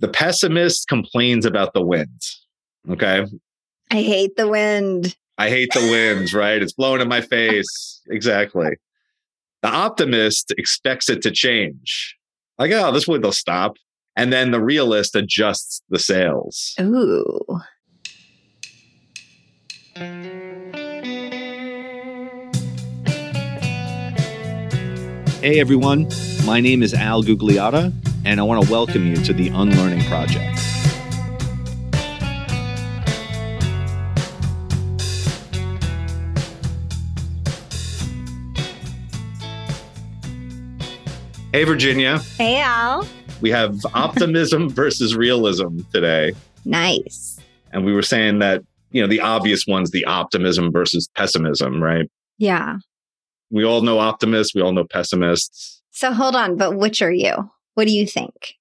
the pessimist complains about the wind. Okay. I hate the wind. I hate the winds, right? It's blowing in my face. Exactly. The optimist expects it to change. Like, oh, this wind'll stop. And then the realist adjusts the sails. Ooh. Hey everyone, my name is Al Gugliotta, and I want to welcome you to the Unlearning Project. Hey, Virginia, Hey, Al. we have optimism versus realism today. Nice. And we were saying that, you know, the obvious one's the optimism versus pessimism, right? Yeah. We all know optimists, we all know pessimists. So hold on, but which are you? What do you think?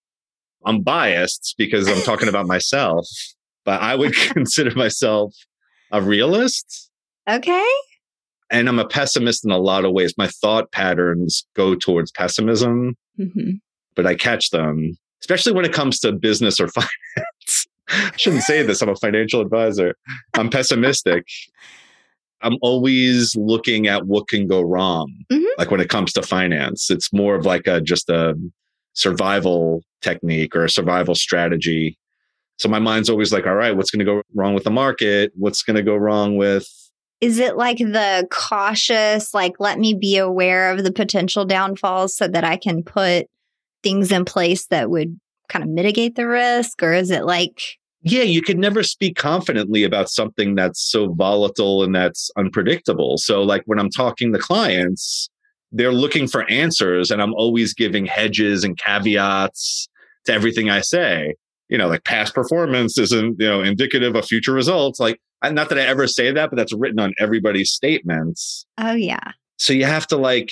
I'm biased because I'm talking about myself, but I would consider myself a realist Okay. and I'm a pessimist in a lot of ways. My thought patterns go towards pessimism. Mm-hmm. but I catch them, especially when it comes to business or finance. I shouldn't say this. I'm a financial advisor. I'm pessimistic. I'm always looking at what can go wrong. Mhm. Like when it comes to finance, it's more of like a just a survival technique or a survival strategy. So my mind's always like, all right, what's going to go wrong with the market? What's going to go wrong with Is it like the cautious, like, let me be aware of the potential downfalls so that I can put things in place that would kind of mitigate the risk? Or is it like, yeah, you could never speak confidently about something that's so volatile and that's unpredictable. So, like when I'm talking to clients, they're looking for answers, and I'm always giving hedges and caveats to everything I say. You know, like past performance isn't you know indicative of future results. Like, I- not that I ever say that, but that's written on everybody's statements. oh, yeah. So you have to like,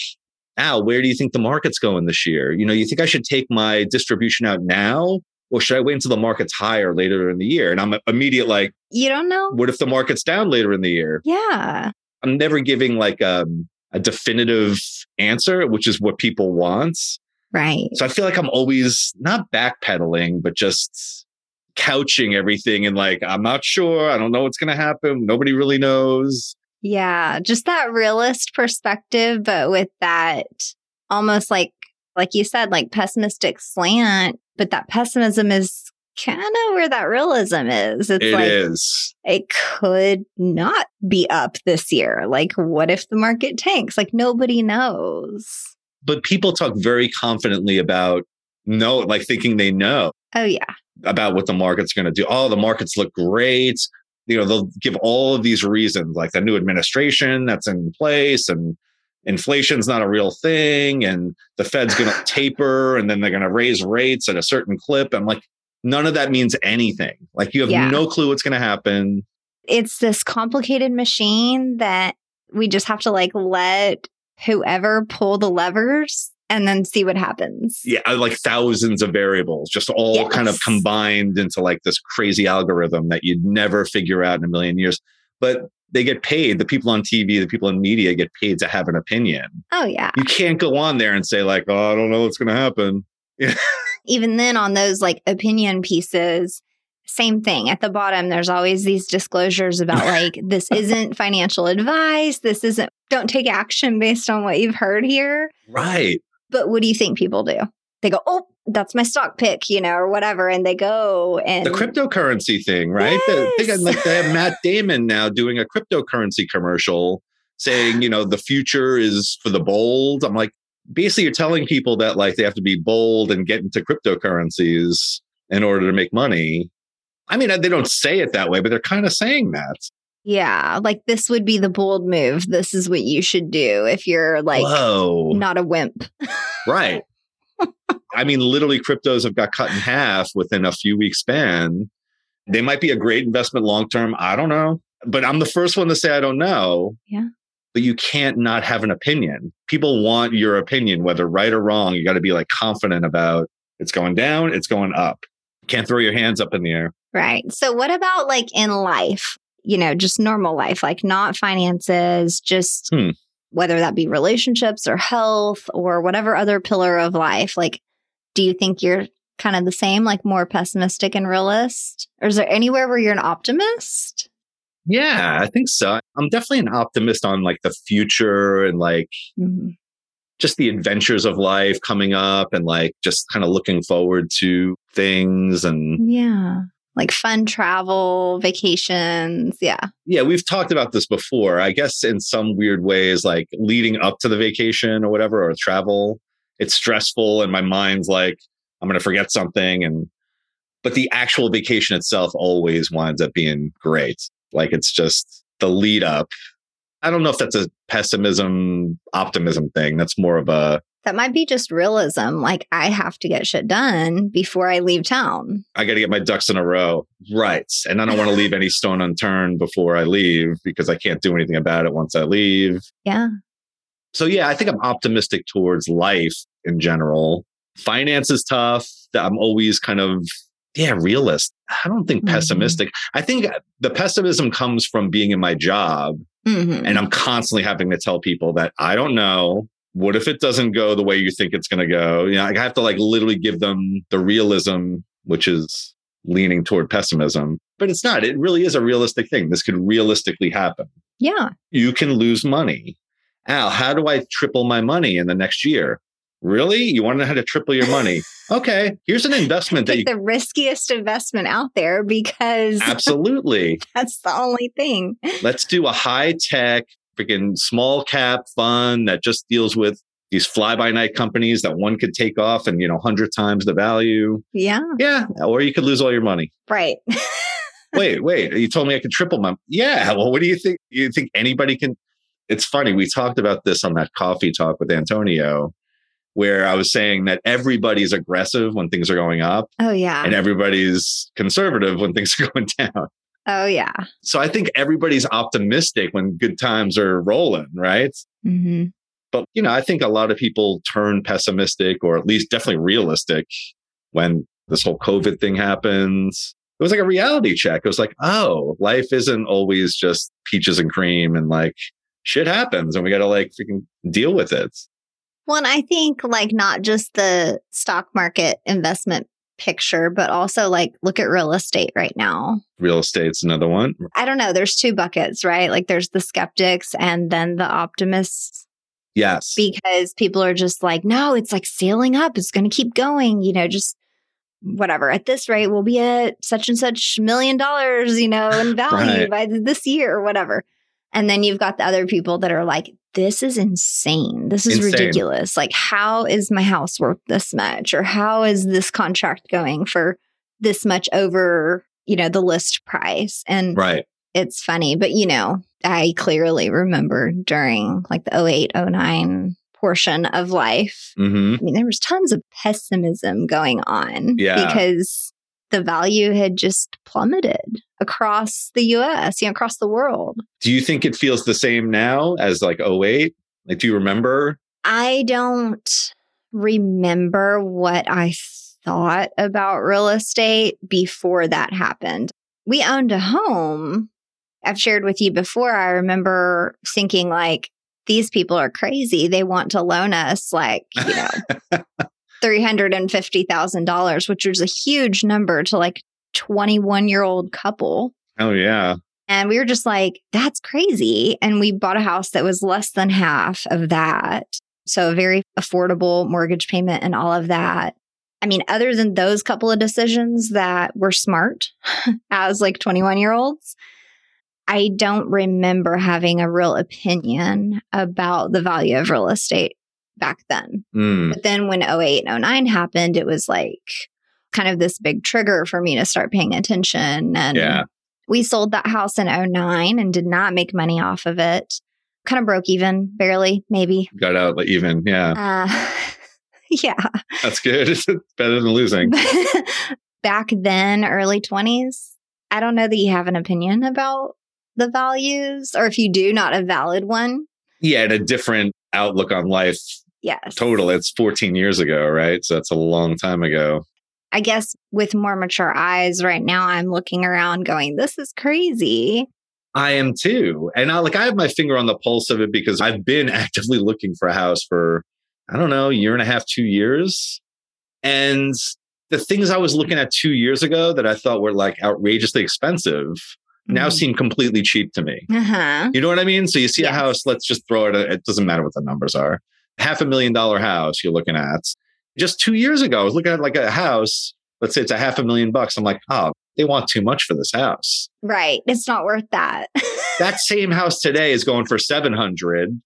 Al, where do you think the market's going this year? You know, you think I should take my distribution out now? Or should I wait until the market's higher later in the year? And I'm immediate like, You don't know? what if the market's down later in the year? Yeah. I'm never giving like um, a definitive answer, which is what people want. Right. So I feel like I'm always not backpedaling, but just couching everything and like, I'm not sure. I don't know what's going to happen. Nobody really knows. Yeah, just that realist perspective, but with that almost like, like you said, like pessimistic slant. But that pessimism is kind of where that realism is. It's It is. like it could not be up this year. Like, what if the market tanks? Like, nobody knows. But people talk very confidently about no, like thinking they know. Oh, yeah. about what the market's going to do. Oh, the markets look great. You know, they'll give all of these reasons, like the new administration that's in place and inflation's not a real thing and the Fed's going to taper and then they're going to raise rates at a certain clip. I'm like, none of that means anything. Like you have Yeah. no clue what's going to happen. It's this complicated machine that we just have to like let whoever pull the levers and then see what happens. Yeah, uh, like thousands of variables just all kind of Yes. combined into like this crazy algorithm that you'd never figure out in a million years. But they get paid, the people on TV, the people in media get paid to have an opinion. Oh, yeah. you can't go on there and say like, "Oh, I don't know what's going to happen." even then on those like opinion pieces same thing at the bottom there's always these disclosures about like this isn't financial advice this isn't don't take action based on what you've heard here Right. but what do you think people do they go oh that's my stock pick you know or whatever and they go and The cryptocurrency thing, right? They, they got, Yes. like they have Matt Damon now doing a cryptocurrency commercial saying, you know, the future is for the bold. I'm like, basically, you're telling people that like they have to be bold and get into cryptocurrencies in order to make money. I mean, they don't say it that way, but they're kind of saying that. yeah like this would be the bold move this is what you should do if you're like Whoa. not a wimp Right. I mean, literally, cryptos have got cut in half within a few weeks span. They might be a great investment long term. I don't know. But I'm the first one to say I don't know. Yeah. But you can't not have an opinion. People want your opinion, whether right or wrong. You got to be like confident about it's going down, it's going up. Can't throw your hands up in the air. Right. So, what about like in life, you know, just normal life, like not finances, just Hmm. whether that be relationships or health or whatever other pillar of life? Like, do you think you're kind of the same, like more pessimistic and realist? Or is there anywhere where you're an optimist? Yeah, I think so. I'm definitely an optimist on like the future and like Mhm. just the adventures of life coming up and like just kind of looking forward to things and Yeah. Like fun travel, vacations. Yeah. yeah, we've talked about this before. I guess in some weird ways, like leading up to the vacation or whatever, or travel, it's stressful. And my mind's like, I'm going to forget something. And, but the actual vacation itself always winds up being great. Like it's just the lead up. I don't know if that's a pessimism, optimism thing. That's more of a, That might be just realism. Like, I have to get shit done before I leave town. I got to get my ducks in a row. Right. And I don't want to leave any stone unturned before I leave because I can't do anything about it once I leave. Yeah. so yeah, I think I'm optimistic towards life in general. Finance is tough. I'm always kind of yeah, realist. I don't think Mhm. pessimistic. I think the pessimism comes from being in my job Mhm. and I'm constantly having to tell people that I don't know. What if it doesn't go the way you think it's going to go? You know, I have to like literally give them the realism, which is leaning toward pessimism, but it's not. It really is a realistic thing. This could realistically happen yeah. you can lose money. Al, how do I triple my money in the next year? Really? You want to know how to triple your money? Okay, here's an investment that you Pick the riskiest investment out there because absolutely that's the only thing. let's do a high tech freaking small cap fund that just deals with these fly by night companies that one could take off and you know 100 times the value. Yeah. Yeah, or you could lose all your money. Right. wait, wait, you told me I could triple my. Yeah. Well, what do you think? You think anybody can? It's funny. We talked about this on that coffee talk with Antonio, where I was saying that everybody's aggressive when things are going up Oh, yeah. and everybody's conservative when things are going down. Oh, yeah. So I think everybody's optimistic when good times are rolling, right? hmm But, you know, I think a lot of people turn pessimistic or at least definitely realistic when this whole COVID thing happens. It was like a reality check. It was like, oh, life isn't always just peaches and cream and like shit happens and we got to like freaking deal with it. Well, and I think like not just the stock market investment picture, but also like look at real estate right now. Real estate's another one. I don't know. There's two buckets, right? Like there's the skeptics and then the optimists Yes. because people are just like, no, it's like sailing up. It's going to keep going, you know, just whatever. At this rate, we'll be at such and such million dollars, you know, in value Right. by th- this year or whatever. And then you've got the other people that are like, this is insane. This is Insane. ridiculous. Like, how is my house worth this much? Or how is this contract going for this much over, you know, the list price? And right. it's funny, but you know, I clearly remember during like the 08, 09 portion of life. hmm I mean, there was tons of pessimism going on Yeah. because the value had just plummeted across the US, you know, across the world. Do you think it feels the same now as like 08? Like, do you remember? I don't remember what I thought about real estate before that happened. We owned a home. I've shared with you before. I remember thinking, like, these people are crazy. They want to loan us, like, you know, $350,000, which was a huge number to like 21 year old couple. Oh, yeah. And we were just like, that's crazy. And we bought a house that was less than half of that. So a very affordable mortgage payment and all of that. I mean, other than those couple of decisions that were smart as like 21 year olds, I don't remember having a real opinion about the value of real estate back then. Mm. But then when 08 and 09 happened, it was like kind of this big trigger for me to start paying attention. And Yeah. we sold that house in 09 and did not make money off of it. Kind of broke even, barely, maybe. Got out like, even. Yeah. Uh, yeah. That's good. It's better than losing. Back then, early 20s, I don't know that you have an opinion about the values, or if you do, not a valid one. Yeah. And a different outlook on life Yes. total it's 14 years ago right so that's a long time ago I guess with more mature eyes right now, I'm looking around going, this is crazy. i am too and i like i have my finger on the pulse of it because i've been actively looking for a house for i don't know a year and a half two years and the things I was looking at two years ago that I thought were like outrageously expensive Mm-hmm. now seem completely cheap to me. Uh huh. You know what I mean? So you see a Yes. house, let's just throw it, it doesn't matter what the numbers are. Half a million dollar house you're looking at. Just two years ago, I was looking at like a house, let's say it's a half a million bucks. I'm like, oh, they want too much for this house. Right. It's not worth that. That same house today is going for 700. And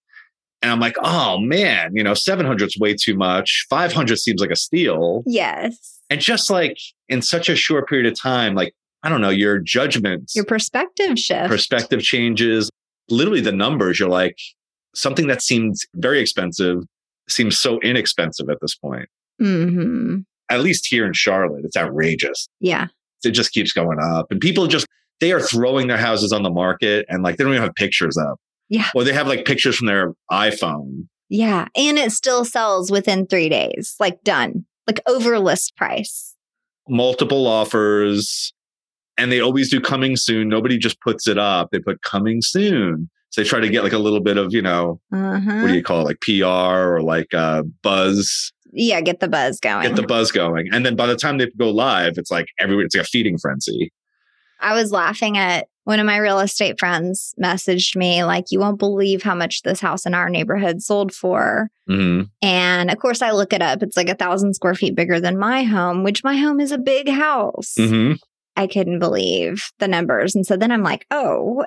I'm like, oh man, you know, 700 is way too much. 500 seems like a steal. yes. And just like in such a short period of time, like, I don't know, your judgments Your perspective shift. perspective changes. Literally, the numbers, you're like, something that seems very expensive seems so inexpensive at this point. hmm At least here in Charlotte, it's outrageous. Yeah. It just keeps going up. And people just, they are throwing their houses on the market and like they don't even have pictures up. Yeah. Or they have like pictures from their iPhone. Yeah. And it still sells within three days, like done, like over list price. multiple offers and they always do coming soon. Nobody just puts it up. They put coming soon. So they try to get like a little bit of, you know, what Uh do huh. you call it? Like PR or like uh buzz, Yeah. Get the buzz going. get the buzz going. And then by the time they go live, it's like everywhere, it's like a feeding frenzy. I was laughing at one of my real estate friends messaged me, like, you won't believe how much this house in our neighborhood sold for. Mm-hmm. And of course, I look it up. It's like a thousand square feet bigger than my home, which my home is a big house. Mm-hmm. I couldn't believe the numbers. And so then I'm like, oh,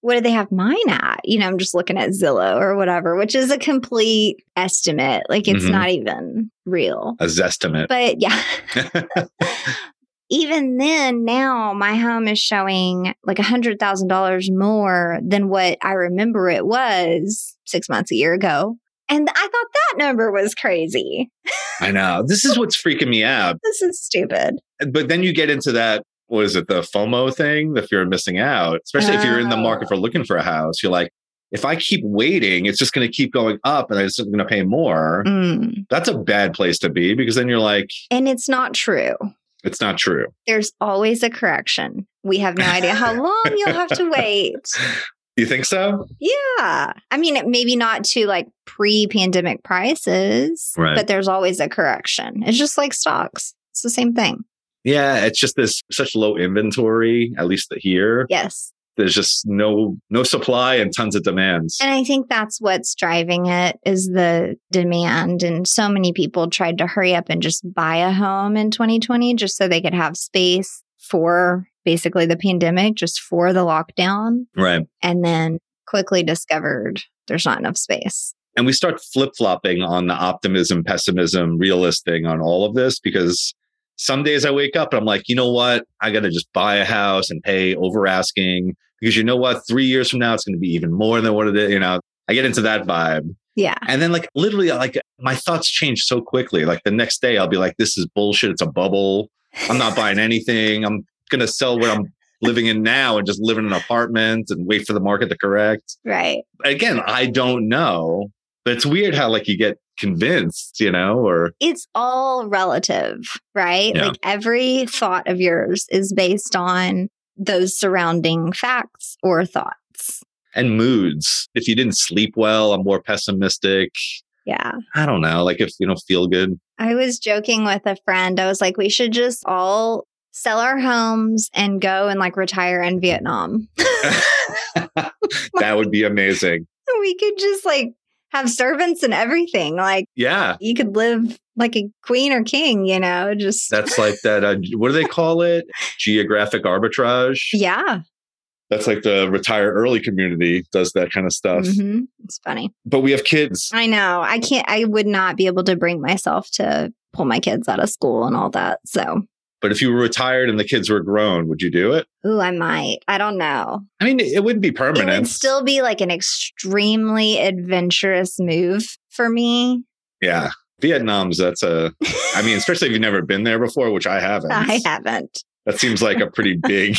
what do they have mine at? You know, I'm just looking at Zillow or whatever, which is a complete estimate. Like it's Mhm. not even real. A zestimate. But yeah. Even then, now my home is showing like a $100,000 more than what I remember it was six months, a year ago. And I thought that number was crazy. I know. This is what's freaking me out. This is stupid. But then you get into that, what is it, the FOMO thing, the fear of missing out, especially if you're in the Oh. market for looking for a house. You're like, if I keep waiting, it's just going to keep going up and I'm just going to pay more. Mm. That's a bad place to be because then you're like, And it's not true. it's not true. There's always a correction. We have no idea how long you'll have to wait. You think so? Yeah. I mean, it- maybe not to like pre pandemic prices, Right. but there's always a correction. It's just like stocks, it's the same thing. Yeah, it's just this such low inventory, at least here. Yes. There's just no no supply and tons of demands. And I think that's what's driving it is the demand. And so many people tried to hurry up and just buy a home in 2020 just so they could have space for basically the pandemic, just for the lockdown. right. And then quickly discovered there's not enough space. and we start flip flopping on the optimism, pessimism, realist thing on all of this because some days I wake up and I'm like, you know what? I got to just buy a house and pay over asking because you know what? Three years from now, it's going to be even more than what it is. You know, I get into that vibe. Yeah. And then, like, literally, like, my thoughts change so quickly. Like, the next day, I'll be like, this is bullshit. It's a bubble. I'm not buying anything. I'm going to sell what I'm living in now and just live in an apartment and wait for the market to correct Right. again, I don't know, but it's weird how like you get convinced, you know, or it's all relative, right? Yeah. Like every thought of yours is based on those surrounding facts or thoughts. and moods. If you didn't sleep well, I'm more pessimistic. Yeah. I don't know, like if you don't feel good. I was joking with a friend. I was like, we should just all sell our homes and go and like retire in Vietnam. That would be amazing. we could just like have servants and everything. Like Yeah. you could live like a queen or king, you know, just That's like that. Uh, what do they call it? Geographic arbitrage. yeah. That's like the retire early community does that kind of stuff. Mhm. It's funny. But we have kids. I know. I can't, I would not be able to bring myself to pull my kids out of school and all that. So, But if you were retired and the kids were grown, would you do it? ooh, I might. I don't know. I mean, it wouldn't be It permanent. would still be like an extremely adventurous move for me. yeah. Vietnam's that's a I mean, especially if you've never been there before, which I haven't. I haven't. That seems like a pretty big.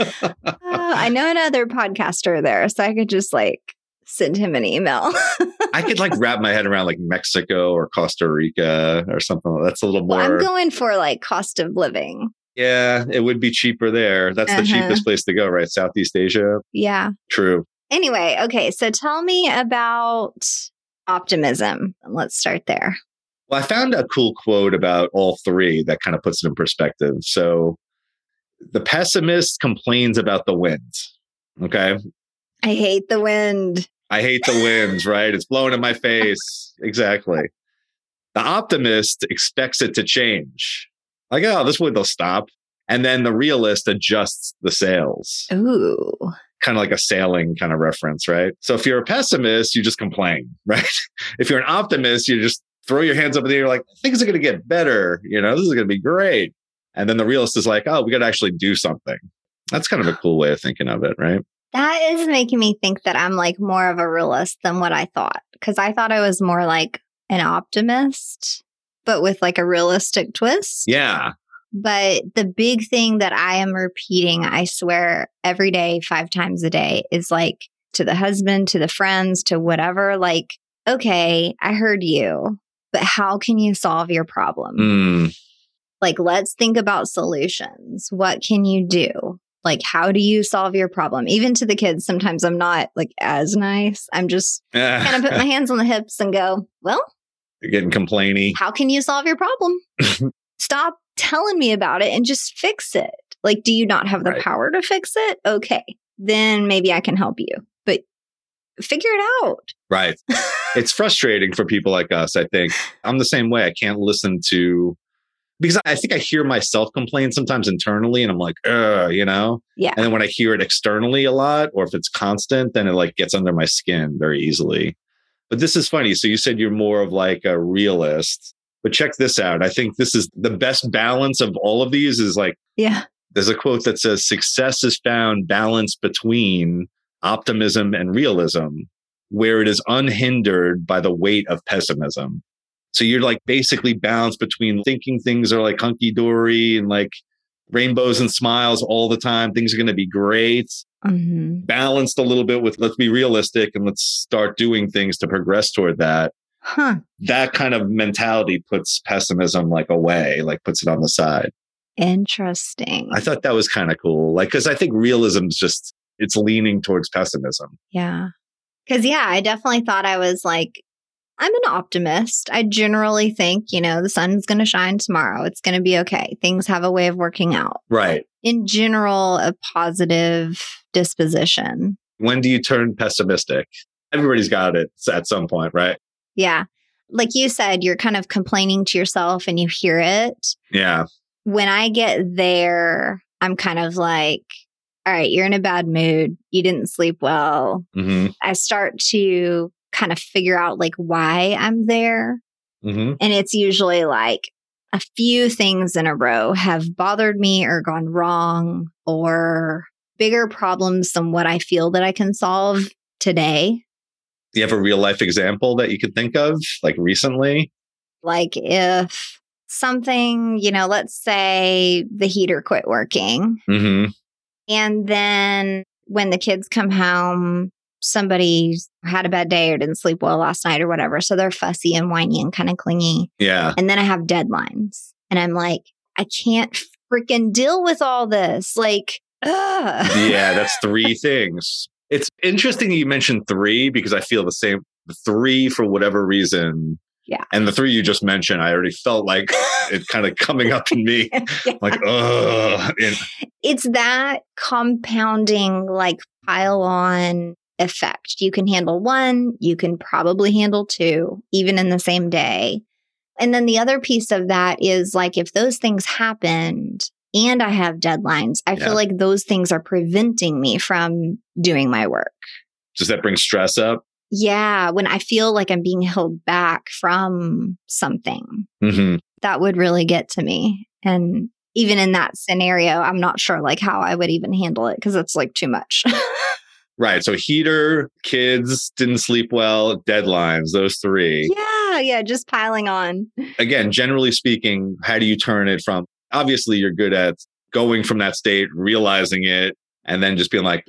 Oh, I know another podcaster there. So I could just like send him an email. I could like wrap my head around like Mexico or Costa Rica or something. like- That's a little well, more. I'm going for like cost of living. yeah, it would be cheaper there. That's the Uh-huh. cheapest place to go, right? Southeast Asia. Yeah. True. Anyway, okay. So tell me about optimism. Let's start there. Well, I found a cool quote about all three that kind of puts it in perspective. So the pessimist complains about the wind. Okay. I hate the wind. I hate the winds, right? It's blowing in my face. Exactly. The optimist expects it to change. Like, oh, this wind will stop. And then the realist adjusts the sails, Ooh. kind of like a sailing kind of reference, right? So if you're a pessimist, you just complain, right? if you're an optimist, you just throw your hands up in the air, like, things are going to get better. You know, this is going to be great. And then the realist is like, oh, we got to actually do something. That's kind of a cool way of thinking of it, right? That is making me think that I'm like more of a realist than what I thought. Cause I thought I was more like an optimist, but with like a realistic twist. Yeah. But the big thing that I am repeating, I swear every day, five times a day, is like to the husband, to the friends, to whatever, like, okay, I heard you, but how can you solve your problem? Mm. Like, let's think about solutions. What can you do? Like, how do you solve your problem? Even to the kids, sometimes I'm not like as nice. I'm just kind of put my hands on the hips and go, well, You're getting complainy. how can you solve your problem? Stop telling me about it and just fix it. Like, do you not have the Right. power to fix it? Okay. Then maybe I can help you, but figure it out. Right. it's frustrating for people like us, I think. I'm the same way. I can't listen to because I think I hear myself complain sometimes internally and I'm like, Ugh, you know? Yeah. And then when I hear it externally a lot, or if it's constant, then it like gets under my skin very easily. But this is funny. So you said you're more of like a realist, but check this out. I think this is the best balance of all of these is like Yeah. there's a quote that says success is found balanced between optimism and realism where it is unhindered by the weight of pessimism so you're like basically balanced between thinking things are like hunky dory and like rainbows and smiles all the time things are going to be great hmm balanced a little bit with let's be realistic and let's start doing things to progress toward that Huh. that kind of mentality puts pessimism like away like puts it on the side Interesting. I thought that was kind of cool. Like, because I think realism's just it's leaning towards pessimism. yeah. Cause yeah, I definitely thought I was like, I'm an optimist. I generally think, you know, the sun's going to shine tomorrow. It's going to be okay. Things have a way of working out. Right. in general a positive disposition. When do you turn pessimistic? Everybody's got it at some point, right? Yeah. Like you said, you're kind of complaining to yourself and you hear it. Yeah. When I get there, I'm kind of like, all right, you're in a bad mood. You didn't sleep well. hmm I start to kind of figure out like why I'm there. hmm And it's usually like a few things in a row have bothered me or gone wrong or bigger problems than what I feel that I can solve today. Do you have a real life example that you could think of, like recently? Like if something, you know, let's say the heater quit working. Mm-hmm. And then when the kids come home, somebody had a bad day or didn't sleep well last night or whatever. So they're fussy and whiny and kind of clingy. Yeah. And then I have deadlines. And I'm like, I can't freaking deal with all this. Like, ugh. Yeah. That's three things. It's interesting you mentioned three because I feel the same. The three, for whatever reason. Yeah. And the three you just mentioned, I already felt like it kind of coming up in me. Yeah. Like, oh, It's that compounding, like, pile on effect. You can handle one, you can probably handle two, even in the same day. And then the other piece of that is like, if those things happened and I have deadlines, I Yeah. feel like those things are preventing me from doing my work. does that bring stress up? Yeah, when I feel like I'm being held back from something, Mm-hmm. that would really get to me. And even in that scenario, I'm not sure like how I would even handle it because it's like too much. Right. So heater, kids didn't sleep well, deadlines, those three. yeah, yeah, just piling on. Again, generally speaking, how do you turn it from obviously you're good at going from that state, realizing it, and then just being like,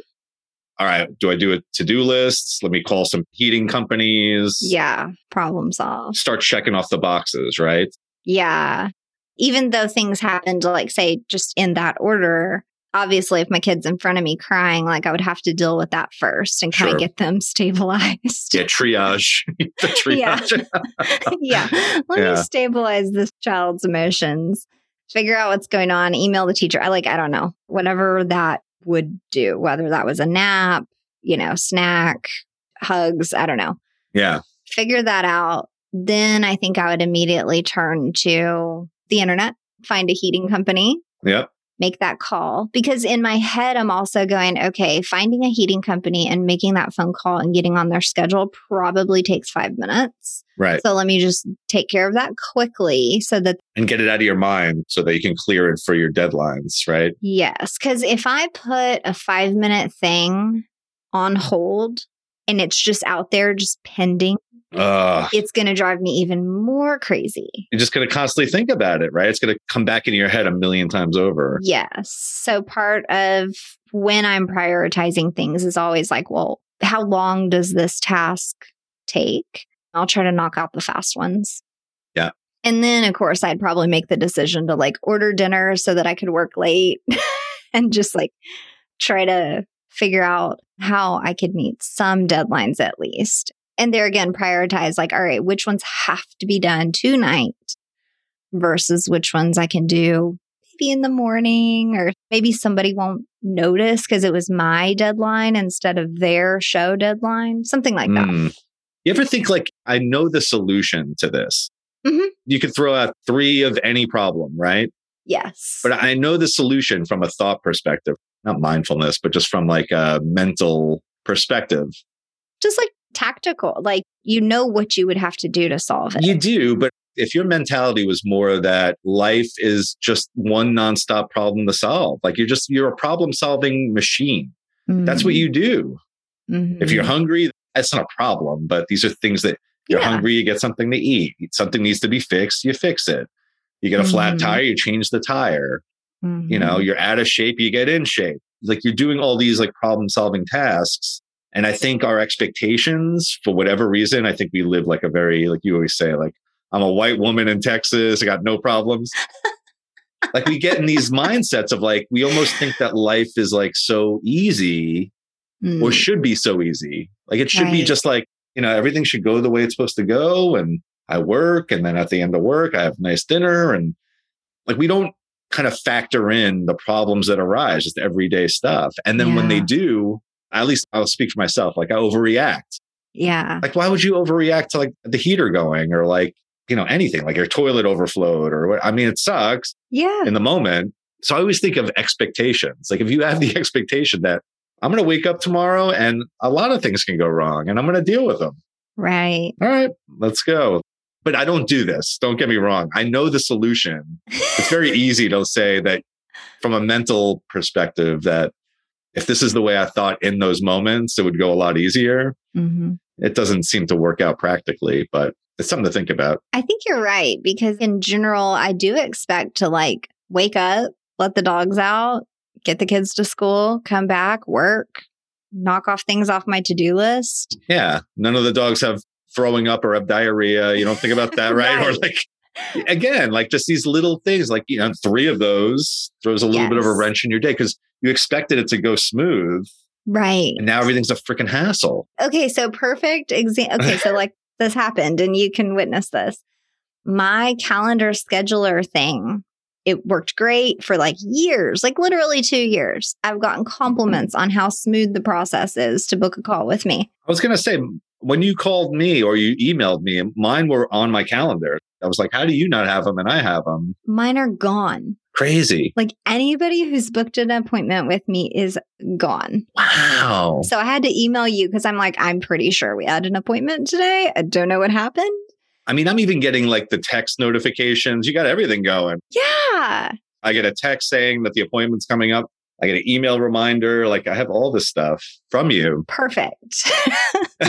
all right, do I do a to-do list? Let me call some heating companies. Yeah, problem solved. Start checking off the boxes, right? Yeah. Even though things happened, like say just in that order, obviously if my kids in front of me crying, like I would have to deal with that first and kind Sure. of get them stabilized. Yeah, triage. the triage. yeah. Let Yeah. me stabilize this child's emotions. Figure out what's going on. Email the teacher. I like, I don't know, whatever that would do, whether that was a nap, you know, snack, hugs, I don't know. yeah. Figure that out. Then I think I would immediately turn to the internet, find a heating company, Yep. make that call. Because in my head, I'm also going, okay, finding a heating company and making that phone call and getting on their schedule probably takes five minutes. Right. So let me just take care of that quickly so that, And get it out of your mind so that you can clear it for your deadlines, right? yes, because if I put a five minute thing on hold and it's just out there, just pending, Uh it's going to drive me even more crazy. you're just gonna constantly think about it, right? It's gonna come back into your head a million times over. Yes. So part of when I'm prioritizing things is always like, well, how long does this task take? I'll try to knock out the fast ones. Yeah. And then, of course, I'd probably make the decision to like order dinner so that I could work late and just like try to figure out how I could meet some deadlines at least. And there again, prioritize like, all right, which ones have to be done tonight versus which ones I can do maybe in the morning or maybe somebody won't notice because it was my deadline instead of their show deadline, something like that. Mm. You ever think like I know the solution to this? Mhm. You could throw out three of any problem, right? Yes. But I know the solution from a thought perspective, not mindfulness, but just from like a mental perspective. Just like tactical, like you know what you would have to do to solve it. You do, but if your mentality was more that life is just one nonstop problem to solve, like you're just you're a problem solving machine. That's Mm-hmm. what you do. If you're hungry, that's not a problem, but these are things that you're Yeah. hungry, you get something to eat. Something needs to be fixed, you fix it. You get a flat Mhm. tire, you change the tire. You Mm-hmm. know, you're out of shape, you get in shape. Like you're doing all these like problem solving tasks. And I think our expectations, for whatever reason, I think we live like a very, like you always say, like, I'm a white woman in Texas, I got no problems. like we get in these mindsets of like, we almost think that life is like so easy Mhm. or should be so easy. Like it should be Right. just like, you know, everything should go the way it's supposed to go. And I work. And then at the end of work, I have a nice dinner. And like we don't kind of factor in the problems that arise, just everyday stuff. And then when they Yeah. do, at least I'll speak for myself, like I overreact. yeah. Like, why would you overreact to like the heater going or like, you know, anything like your toilet overflowed or what? I mean, it sucks Yeah. in the moment. So I always think of expectations. Like if you have the expectation that I'm going to wake up tomorrow and a lot of things can go wrong and I'm going to deal with them. Right. All right, let's go. But I don't do this. Don't get me wrong. I know the solution. It's very easy to say that from a mental perspective that if this is the way I thought in those moments, it would go a lot easier. Mhm. It doesn't seem to work out practically, but it's something to think about. I think you're right because in general, I do expect to like wake up, let the dogs out, get the kids to school, come back, work, knock off things off my to do list. Yeah. None of the dogs have throwing up or have diarrhea. You don't think about that, right? Or Right. like, again, like just these little things, like, you know, three of those throws a little bit of a Yes. wrench in your day because you expected it to go smooth. Right. And now everything's a freaking hassle. Okay. So, perfect example. Okay. So, like this happened and you can witness this. My calendar scheduler thing, it worked great for like years, like literally two years. I've gotten compliments on how smooth the process is to book a call with me. I was going to say, when you called me or you emailed me, mine were on my calendar. I was like, how do you not have them? And I have them. Mine are gone. Crazy. Like anybody who's booked an appointment with me is gone. Wow. So I had to email you because I'm like, I'm pretty sure we had an appointment today. I don't know what happened. I mean, I'm even getting like the text notifications. You got everything going. Yeah. I get a text saying that the appointment's coming up. I get an email reminder. Like I have all this stuff from you. Perfect.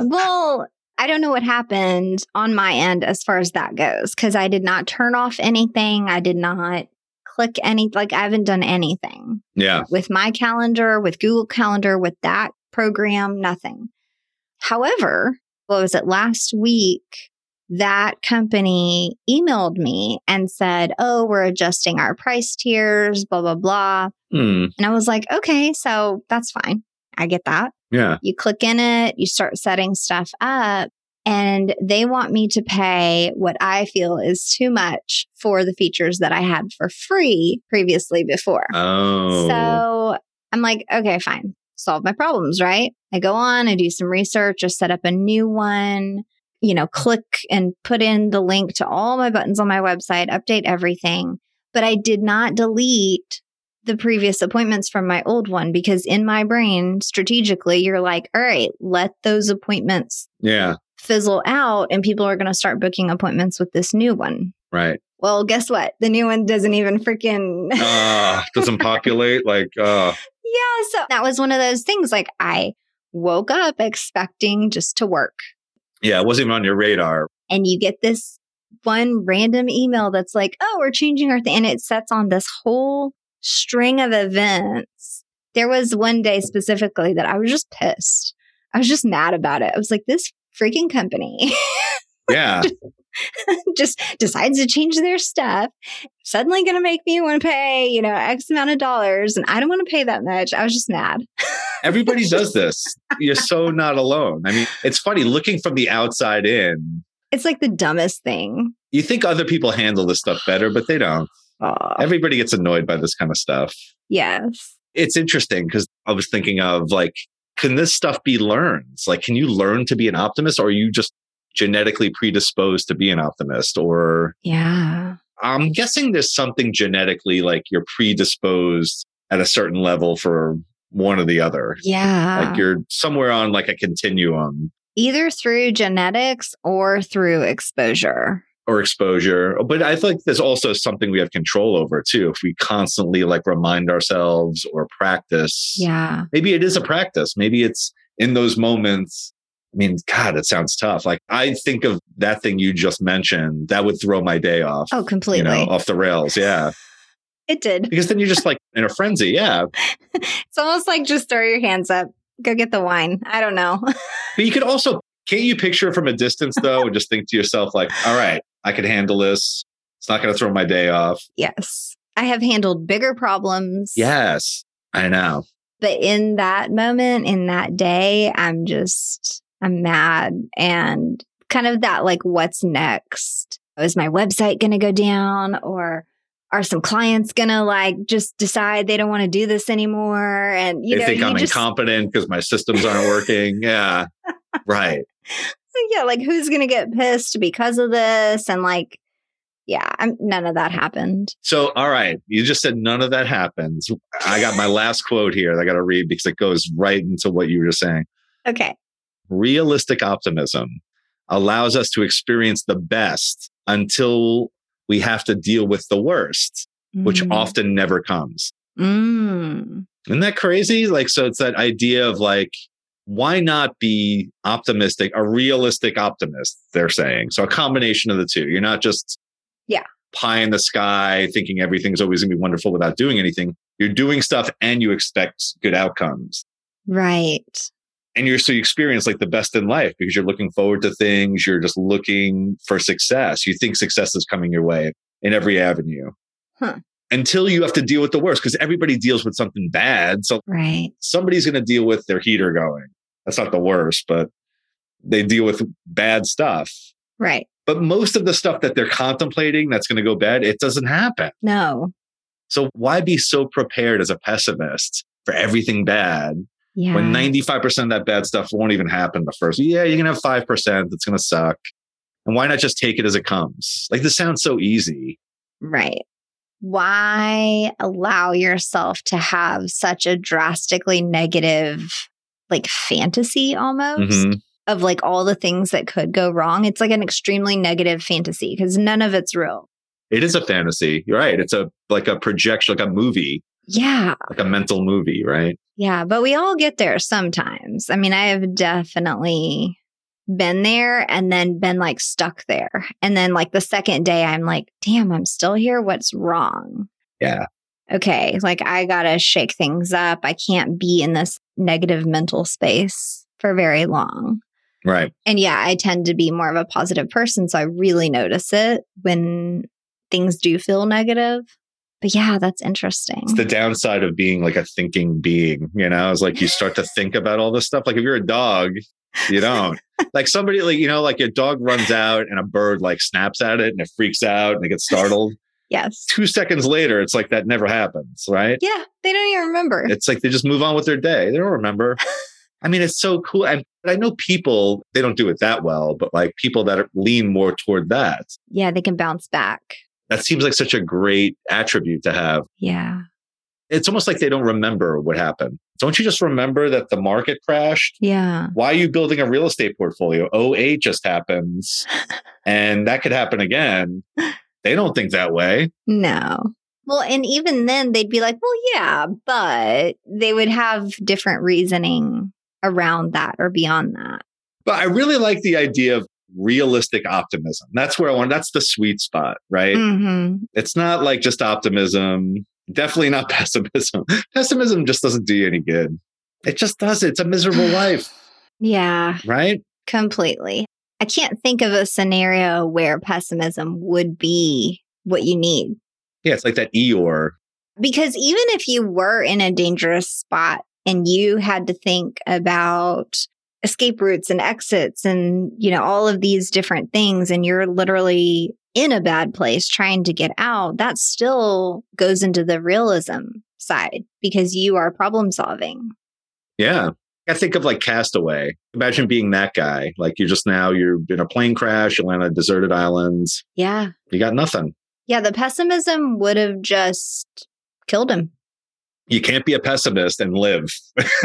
well, I don't know what happened on my end as far as that goes because I did not turn off anything. I did not click any, like, I haven't done anything. yeah. with my calendar, with Google Calendar, with that program, nothing. However, what was it last week? that company emailed me and said, Oh, we're adjusting our price tiers, blah, blah, blah. Hmm. And I was like, Okay, so that's fine. I get that. Yeah. You click in it, you start setting stuff up, and they want me to pay what I feel is too much for the features that I had for free previously before. Oh. So I'm like, okay, fine. Solve my problems, right? I go on, I do some research, I set up a new one, you know, click and put in the link to all my buttons on my website, update everything. But I did not delete the previous appointments from my old one because in my brain, strategically, you're like, all right, let those appointments yeah. fizzle out and people are going to start booking appointments with this new one. Right. Well, guess what? The new one doesn't even freaking Uh, doesn't populate. Like, uh, Yeah. So that was one of those things. Like I woke up expecting just to work, yeah, it wasn't even on your radar. and you get this one random email that's like, oh, we're changing our thing. And it sets on this whole string of events. There was one day specifically that I was just pissed. I was just mad about it. I was like, this freaking company Yeah. just decides to change their stuff, suddenly going to make me want to pay, you know, X amount of dollars. And I don't want to pay that much. I was just mad. Everybody does this. You're so not alone. I mean, it's funny looking from the outside in. It's like the dumbest thing. You think other people handle this stuff better, but they don't. Oh, Everybody gets annoyed by this kind of stuff. yes. It's interesting because I was thinking of like, can this stuff be learned? Like, can you learn to be an optimist or are you just genetically predisposed to be an optimist? Or Yeah. I'm guessing there's something genetically like you're predisposed at a certain level for one or the other. Yeah. Like you're somewhere on like a continuum Either through genetics or through exposure. or exposure. But I think there's also something we have control over too. If we constantly like remind ourselves or practice, Yeah. maybe it is a practice. Maybe it's in those moments. I mean, God, it sounds tough. Like I think of that thing you just mentioned, that would throw my day off. Oh, You completely. know, uh, off the rails. Yeah. It did. Because then you're just like in a frenzy. Yeah. It's almost like just throw your hands up, go get the wine. I don't know. But you could also, can't you picture it from a distance though, and just think to yourself, like, all right, I could handle this. It's not going to throw my day off. yes. I have handled bigger problems. Yes, I know. But in that moment, in that day, I'm just, I'm mad. And kind of that, like, what's next? Is my website going to go down? Or are some clients going to like just decide they don't want to do this anymore? And you they know, think you I'm just, incompetent because my systems aren't working. yeah, right. yeah, like who's going to get pissed because of this? And like, yeah, I'm, none of that happened. So, all right, you just said none of that happens. I got my last quote here that I got to read because it goes right into what you were just saying. Okay. Realistic optimism allows us to experience the best until we have to deal with the worst, which Mm. often never comes. Mm. Isn't that crazy? Like, so it's that idea of like, why not be optimistic, a realistic optimist, they're saying. So a combination of the two. You're not just Yeah. pie in the sky thinking everything's always gonna be wonderful without doing anything. You're doing stuff and you expect good outcomes. Right. And you're so you experience like the best in life because you're looking forward to things, you're just looking for success. You think success is coming your way in every avenue. Huh. Until you have to deal with the worst, because everybody deals with something bad. So Right. somebody's going to deal with their heater going. That's not the worst, but they deal with bad stuff. Right. But most of the stuff that they're contemplating that's going to go bad, it doesn't happen. No. So why be so prepared as a pessimist for everything bad Yeah. when 95% of that bad stuff won't even happen the first? Yeah, you're going to have 5% that's going to suck. And why not just take it as it comes? Like this sounds so easy. Right. Why allow yourself to have such a drastically negative, like fantasy almost Mhm. of like all the things that could go wrong? It's like an extremely negative fantasy because none of it's real. It is a fantasy. You're right. It's a like a projection, like a movie, Yeah. like a mental movie, right? Yeah. But we all get there sometimes. I mean, I have definitely been there and then been like stuck there. And then like the second day, I'm like, damn, I'm still here. What's wrong? Yeah. okay, like I gotta shake things up. I can't be in this negative mental space for very long. Right. And yeah, I tend to be more of a positive person. So I really notice it when things do feel negative. But yeah, that's interesting. It's the downside of being like a thinking being, you know, it's like you start to think about all this stuff. Like if you're a dog, you don't. like somebody like, you know, like your dog runs out and a bird like snaps at it and it freaks out and it gets startled. yes. Two seconds later, it's like that never happens, right? Yeah, they don't even remember. It's like they just move on with their day. They don't remember. I mean, it's so cool. I, I know people, they don't do it that well, but like people that are, lean more toward that, yeah, they can bounce back. that seems like such a great attribute to have. Yeah. It's almost like they don't remember what happened. Don't you just remember that the market crashed? Yeah. Why are you building a real estate portfolio? Oh, eight just happens and that could happen again. They don't think that way. No. Well, and even then they'd be like, well, yeah, but they would have different reasoning around that or beyond that. But I really like the idea of realistic optimism. That's where I want, that's the sweet spot, right? Mm-hmm. It's not like just optimism, definitely not pessimism. pessimism just doesn't do you any good. It just does. It's a miserable life, Yeah, right? completely. I can't think of a scenario where pessimism would be what you need. Yeah, it's like that Eeyore. Because even if you were in a dangerous spot and you had to think about escape routes and exits and, you know, all of these different things, and you're literally in a bad place trying to get out, that still goes into the realism side because you are problem solving. Yeah. I think of like Castaway. Imagine being that guy. Like you're just now, you're in a plane crash, you land on a deserted island, Yeah. you got nothing. Yeah. The pessimism would have just killed him. You can't be a pessimist and live.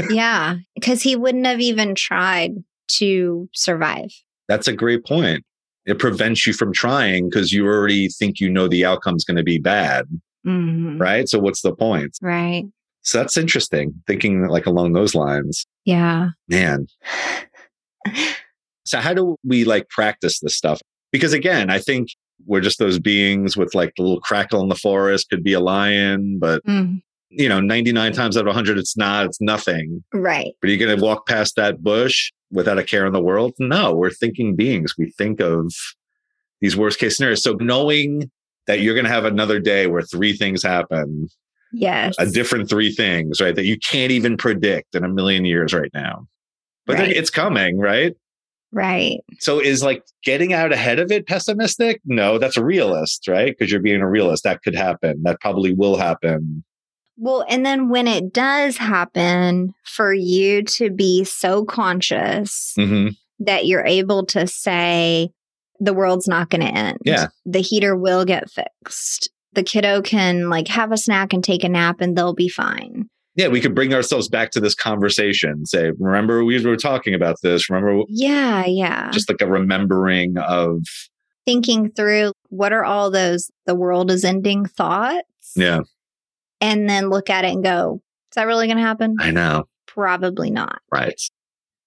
yeah. Because he wouldn't have even tried to survive. That's a great point. It prevents you from trying because you already think you know the outcome's going to be bad, Mm-hmm. right? So what's the point? Right. So that's interesting thinking like along those lines. Yeah. Man. So how do we like practice this stuff? Because again, I think we're just those beings with like the little crackle in the forest, could be a lion, but Mm. you know, 99 times out of 100, it's not, it's nothing. Right. But are you going to walk past that bush without a care in the world? No, we're thinking beings. We think of these worst case scenarios. So knowing that you're going to have another day where three things happen, Yes. a different three things, right? That you can't even predict in a million years right now. But then Right. it's coming, right? right. So is like getting out ahead of it pessimistic? No, that's a realist, right? Because you're being a realist. That could happen. That probably will happen. Well, and then when it does happen, for you to be so conscious Mm-hmm. that you're able to say, the world's not going to end. Yeah. The heater will get fixed. The kiddo can like have a snack and take a nap and they'll be fine. yeah, we could bring ourselves back to this conversation. Say, remember we were talking about this. Remember Yeah. Yeah. just like a remembering of Thinking through what are all those the world is ending thoughts? yeah. And then look at it and go, is that really going to happen? I know, Probably not. right?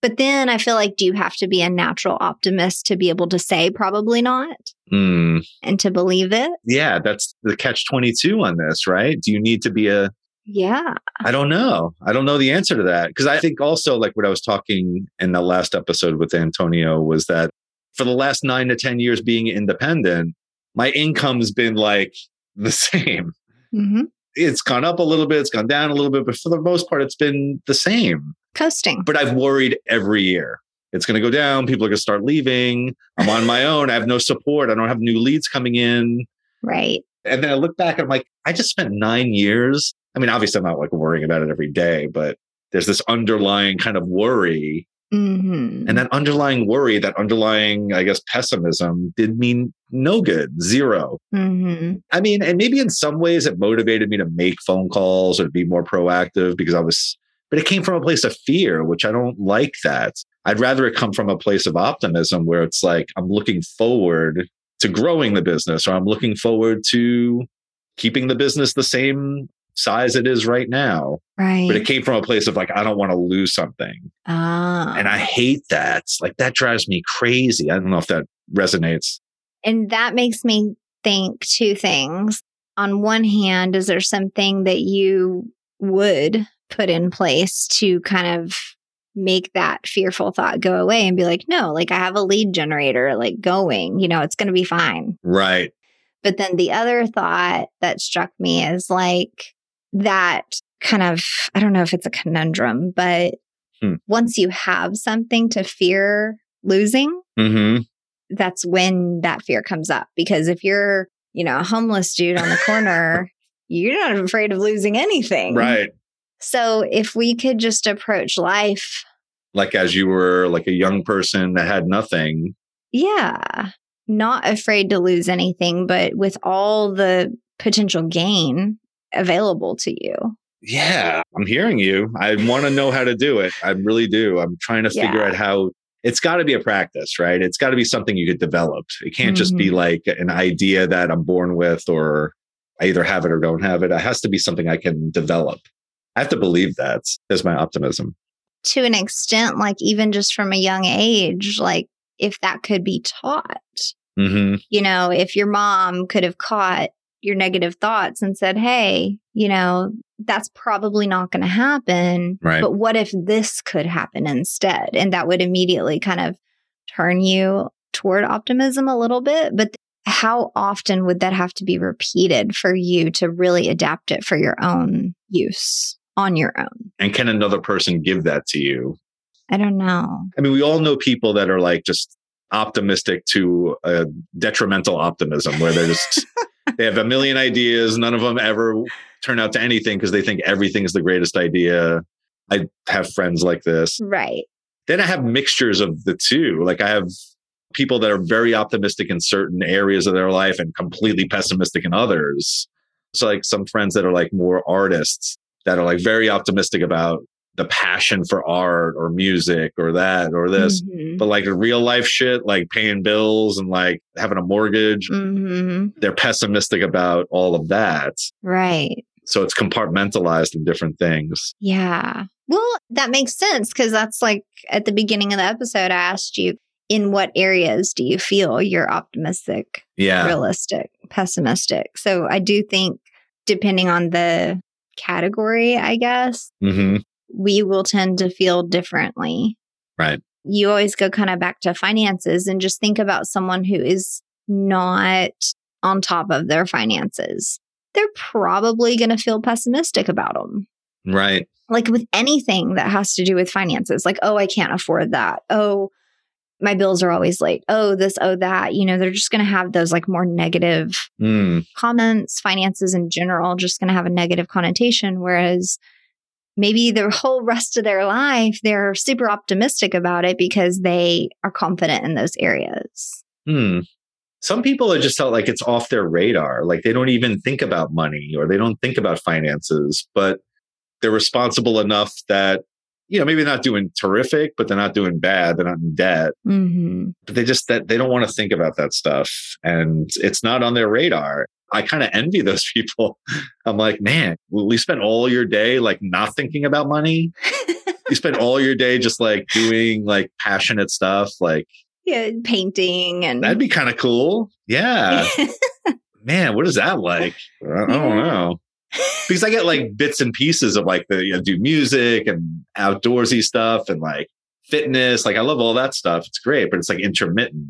But then I feel like, do you have to be a natural optimist to be able to say probably not Mm. and to believe it? Yeah, that's the catch twenty two on this, right? Do you need to be a? Yeah. I don't know. I don't know the answer to that because I think also like what I was talking in the last episode with Antonio was that for the last nine to ten years being independent, my income's been like the same. Mm-hmm. It's gone up a little bit, it's gone down a little bit, but for the most part, it's been the same. Coasting. but I've worried every year. It's going to go down. People are going to start leaving. I'm on my own. I have no support. I don't have new leads coming in. Right. And then I look back and I'm like, I just spent nine years. I mean, obviously, I'm not like worrying about it every day, but there's this underlying kind of worry. Mm-hmm. And that underlying worry, that underlying, I guess, pessimism did mean no good, zero. mm-hmm. I mean, and maybe in some ways it motivated me to make phone calls or to be more proactive because I was, but it came from a place of fear, which I don't like that. I'd rather it come from a place of optimism where it's like, I'm looking forward to growing the business or I'm looking forward to keeping the business the same size it is right now. Right. But it came from a place of like, I don't want to lose something. ah. And I hate that. Like, that drives me crazy. I don't know if that resonates. And that makes me think two things. On one hand, is there something that you would put in place to kind of make that fearful thought go away and be like, no, like I have a lead generator like going, you know, it's going to be fine. Right. But then the other thought that struck me is like that kind of, I don't know if it's a conundrum, but Hmm. once you have something to fear losing, Mm-hmm. that's when that fear comes up. Because if you're, you know, a homeless dude on the corner, you're not afraid of losing anything. Right. So if we could just approach life, Like as you were like a young person that had nothing. yeah, not afraid to lose anything, but with all the potential gain available to you. Yeah, I'm hearing you. I want to know how to do it. I really do. I'm trying to figure Yeah. out how it's got to be a practice, right? It's got to be something you get developed. It can't just be like an idea that I'm born with or I either have it or don't have it. It has to be something I can develop. I have to believe that. There's my optimism. To an extent, like even just from a young age, like if that could be taught, hmm you know, if your mom could have caught your negative thoughts and said, hey, you know, that's probably not going to happen. Right. But what if this could happen instead? And that would immediately kind of turn you toward optimism a little bit. But how often would that have to be repeated for you to really adapt it for your own use on your own? And can another person give that to you? I don't know. I mean, we all know people that are like just optimistic to a detrimental optimism where they're just they have a million ideas none of them ever turn out to anything because they think everything is the greatest idea i have friends like this Right. then i have mixtures of the two like i have people that are very optimistic in certain areas of their life and completely pessimistic in others so like some friends that are like more artists that are like very optimistic about the passion for art or music or that or this Mhm. but like the real life shit, like paying bills and like having a mortgage, Mhm. they're pessimistic about all of that. Right. So it's compartmentalized in different things. Yeah. Well, that makes sense because that's like at the beginning of the episode, I asked you in what areas do you feel you're optimistic, Yeah. realistic, pessimistic. So I do think, depending on the category, I guess, hmm we will tend to feel differently. Right. You always go kind of back to finances and just think about someone who is not on top of their finances. They're probably going to feel pessimistic about them Right. like with anything that has to do with finances like oh i can't afford that oh my bills are always late oh this oh that you know they're just going to have those like more negative Mm. comments finances in general just going to have a negative connotation whereas maybe the whole rest of their life they're super optimistic about it because they are confident in those areas Hmm. Some people are just felt like it's off their radar. Like they don't even think about money or they don't think about finances, but they're responsible enough that, you know, maybe they're not doing terrific, but they're not doing bad. They're not in debt. mm-hmm. but they just that they don't want to think about that stuff and it's not on their radar i kind of envy those people i'm like man you spend all your day like not thinking about money you spend all your day just like doing like passionate stuff like yeah painting and that'd be kind of cool yeah man what is that like i I don't Yeah. know because i get like bits and pieces of like the you know do music and outdoorsy stuff and like fitness like i love all that stuff it's great but it's like intermittent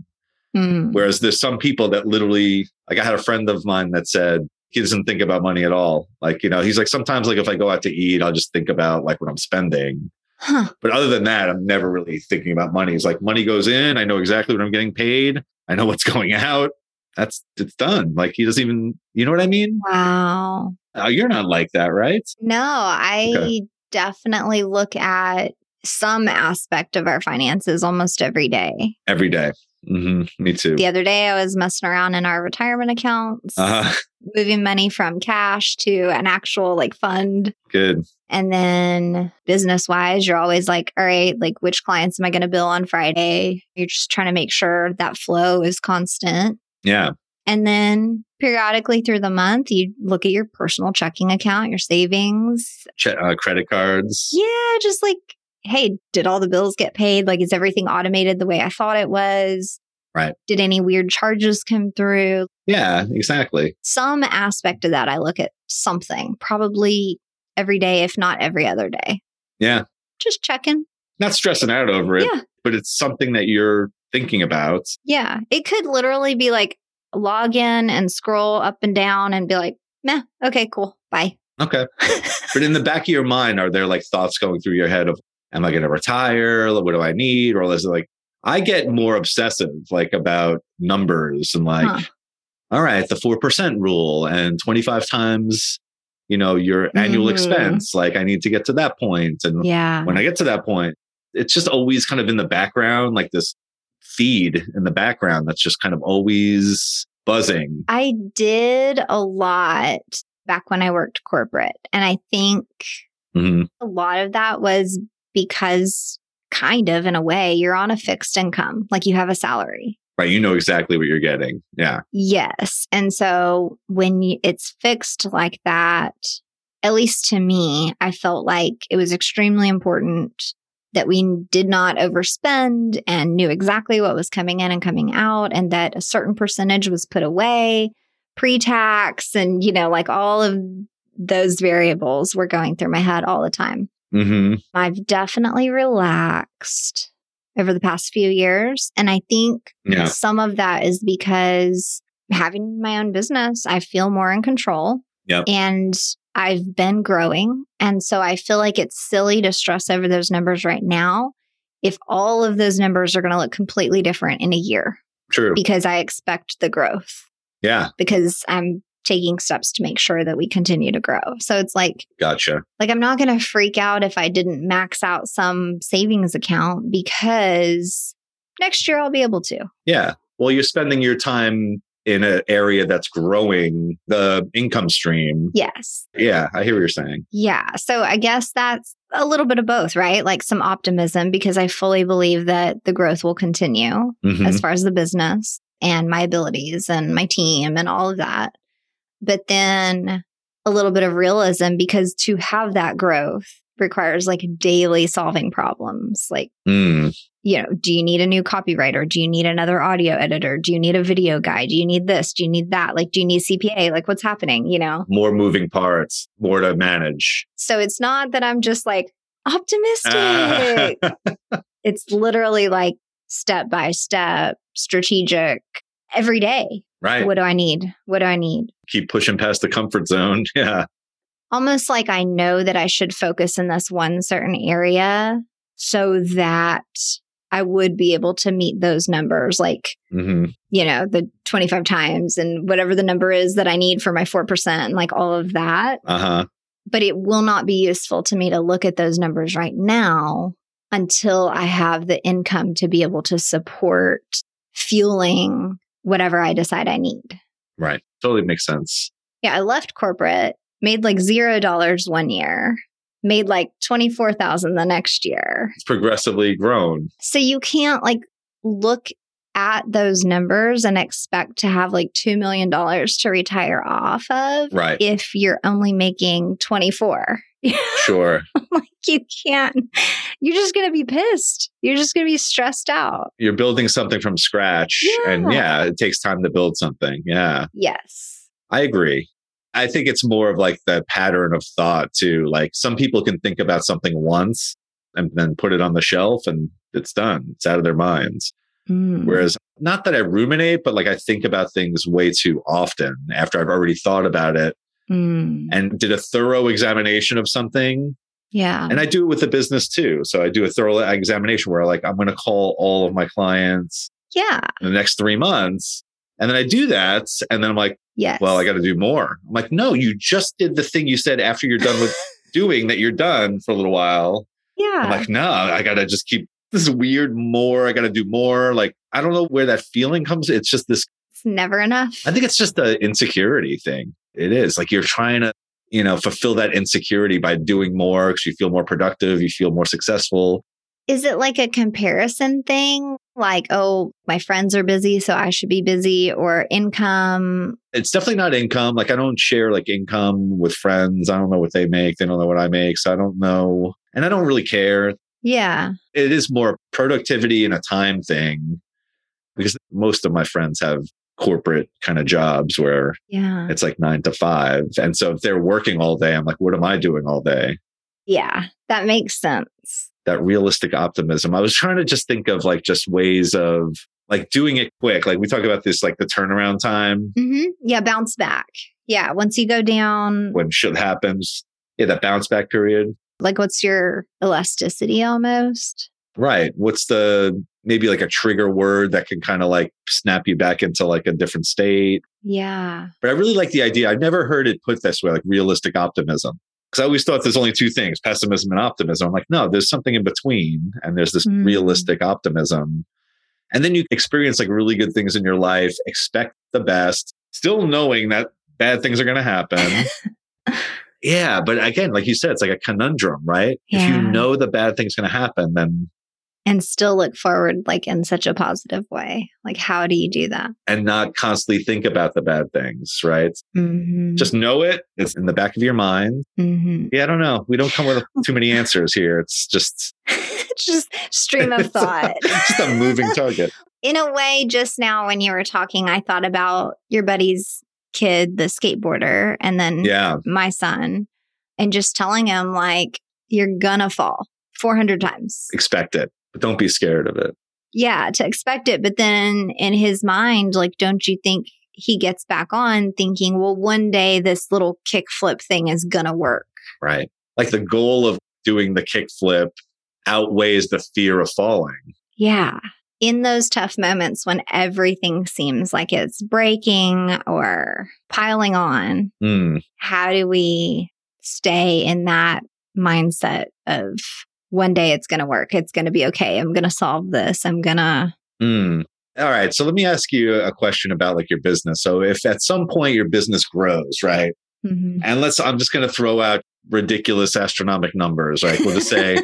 Mm. Whereas there's some people that literally, like I had a friend of mine that said he doesn't think about money at all. Like, you know, he's like, sometimes like if I go out to eat, I'll just think about like what I'm spending. Huh. But other than that, I'm never really thinking about money. It's like money goes in, I know exactly what I'm getting paid, I know what's going out. That's it's done. Like he doesn't even, you know what I mean? wow Oh, you're not like that, right? No, I Okay. definitely look at some aspect of our finances almost every day. Every day. Mm-hmm. Me too. The other day, I was messing around in our retirement accounts, Uh-huh. moving money from cash to an actual like fund. Good. And then business wise, you're always like, all right, like which clients am I going to bill on Friday? You're just trying to make sure that flow is constant. Yeah. And then periodically through the month, you look at your personal checking account, your savings, Che- uh, credit cards. Yeah, just like, hey, did all the bills get paid? Like, is everything automated the way I thought it was? Right. Did any weird charges come through? Yeah, exactly. Some aspect of that, I look at something probably every day, if not every other day. Yeah. Just checking. not stressing out over it, Yeah. but it's something that you're thinking about. Yeah. It could literally be like log in and scroll up and down and be like, meh, okay, cool. Bye. Okay. but in the back of your mind, are there like thoughts going through your head of, am I going to retire? What do I need? Or is it like, I get more obsessive, like about numbers and like, Huh. all right, the 4% rule and 25 times, you know, your annual Mhm. expense. Like I need to get to that point And Yeah. when I get to that point, it's just always kind of in the background, like this feed in the background that's just kind of always buzzing. I did a lot back when I worked corporate. And I think Mhm. a lot of that was because, kind of in a way, you're on a fixed income, like you have a salary. Right. You know exactly what you're getting. Yeah. Yes. And so when you, it's fixed like that, at least to me, I felt like it was extremely important that we did not overspend and knew exactly what was coming in and coming out and that a certain percentage was put away pre-tax and you know like all of those variables were going through my head all the time. hmm I've definitely relaxed over the past few years and I think Yeah. some of that is because having my own business, I feel more in control. Yep. And I've been growing. And so I feel like it's silly to stress over those numbers right now if all of those numbers are going to look completely different in a year True. because I expect the growth Yeah. because I'm taking steps to make sure that we continue to grow. So it's like Gotcha. like, I'm not going to freak out if I didn't max out some savings account because next year I'll be able to. Yeah. Well, you're spending your time in an area that's growing the income stream. Yes. Yeah. I hear what you're saying. Yeah. So I guess that's a little bit of both, right? Like some optimism because I fully believe that the growth will continue Mhm. as far as the business and my abilities and my team and all of that. But then a little bit of realism because to have that growth requires like daily solving problems, like Mm. you know, do you need a new copywriter? Do you need another audio editor? Do you need a video guy? Do you need this? Do you need that? Like, do you need CPA? Like, what's happening? You know? More moving parts, more to manage. So it's not that I'm just like Ah. optimistic. it's literally like step by step, strategic every day. right. What do I need? What do I need? Keep pushing past the comfort zone. Yeah. Almost like I know that I should focus in this one certain area so that I would be able to meet those numbers. Like, hmm you know, the 25 times and whatever the number is that I need for my 4% and like all of that. Uh huh. But it will not be useful to me to look at those numbers right now until I have the income to be able to support fueling whatever I decide I need. Right. Totally makes sense. Yeah, I left corporate, made like zero dollars one year, made like 24,000 the next year. It's progressively grown. So you can't like look at those numbers and expect to have like $2 million to retire off of Right. if you're only making 24. Sure. like you can't, you're just going to be pissed. You're just going to be stressed out. You're building something from scratch. And yeah, it takes time to build something. Yeah. Yes. I agree. I think it's more of like the pattern of thought too. Like some people can think about something once and then put it on the shelf and it's done. It's out of their minds. Mm. Whereas not that I ruminate, but like I think about things way too often after I've already thought about it Mm. and did a thorough examination of something Yeah. and I do it with the business too. So I do a thorough examination where like I'm going to call all of my clients Yeah. in the next three months, and then I do that, and then I'm like, Yes. well, I got to do more. I'm like, no, you just did the thing you said after you're done with doing that you're done for a little while. I'm Yeah. like, no, I got to just keep this is weird. More, I got to do more. Like I don't know where that feeling comes. It's just this. It's never enough. I think it's just the insecurity thing. It is like you're trying to. You know, fulfill that insecurity by doing more because you feel more productive, you feel more successful. Is it like a comparison thing? Like, oh, my friends are busy, so I should be busy, or income, it's definitely not income. Like I don't share like income with friends. I don't know what they make. They don't know what I make. So I don't know. And I don't really care. Yeah. It is more productivity and a time thing because most of my friends have corporate kind of jobs where Yeah. it's like nine to five. And so if they're working all day, I'm like, what am I doing all day? Yeah. That makes sense. that realistic optimism. I was trying to just think of like just ways of like doing it quick. Like we talk about this, like the turnaround time hmm Yeah, bounce back. Yeah, once you go down, when shit happens. Yeah, that bounce back period. like what's your elasticity almost? Right. What's the maybe like a trigger word that can kind of like snap you back into like a different state? Yeah. But I really like the idea. I've never heard it put this way, like realistic optimism. Because I always thought there's only two things, pessimism and optimism. I'm like, no, there's something in between. And there's this Mm. realistic optimism. And then you experience like really good things in your life, expect the best, still knowing that bad things are going to happen. yeah. But again, like you said, it's like a conundrum, right? If you Yeah. know the bad thing's going to happen, then And still look forward like in such a positive way. Like how do you do that? and not constantly think about the bad things, right? Mm-hmm. Just know it. It's in the back of your mind. mm-hmm. Yeah, I don't know. We don't come with too many answers here. It's just just stream of thought. just a moving target. in a way, just now when you were talking, I thought about your buddy's kid, the skateboarder, and then Yeah, my son, and just telling him, like, you're gonna fall 400 times. expect it, but don't be scared of it. Yeah, to expect it. But then in his mind, like, don't you think he gets back on thinking, well, one day this little kickflip thing is gonna work? Right. Like the goal of doing the kickflip outweighs the fear of falling. Yeah. In those tough moments when everything seems like it's breaking or piling on, Mm, how do we stay in that mindset of one day it's going to work? It's going to be okay. I'm going to solve this. I'm going to. mm. All right. So let me ask you a question about like your business. So if at some point your business grows, right? Mm-hmm. And let's I'm just gonna throw out ridiculous astronomic numbers, right? We'll just say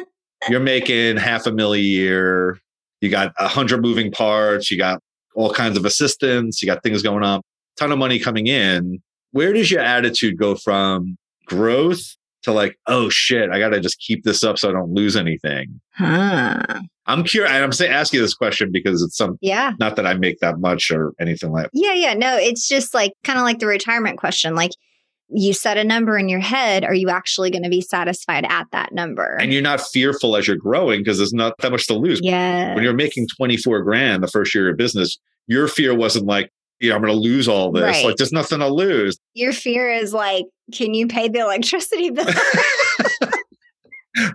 you're making half a mill a year, you got a hundred moving parts, you got all kinds of assistants, you got things going on, ton of money coming in. Where does your attitude go from growth to like, oh shit, I gotta just keep this up so I don't lose anything? Huh. I'm curious. I'm saying ask you this question because it's some Yeah. not that I make that much or anything like Yeah. Yeah. No, it's just like kind of like the retirement question. Like you set a number in your head. Are you actually going to be satisfied at that number? and you're not fearful as you're growing because there's not that much to lose. yeah. when you're making 24 grand the first year of business, your fear wasn't like, yeah, I'm going to lose all this. Right. Like, there's nothing to lose. Your fear is like, can you pay the electricity bill?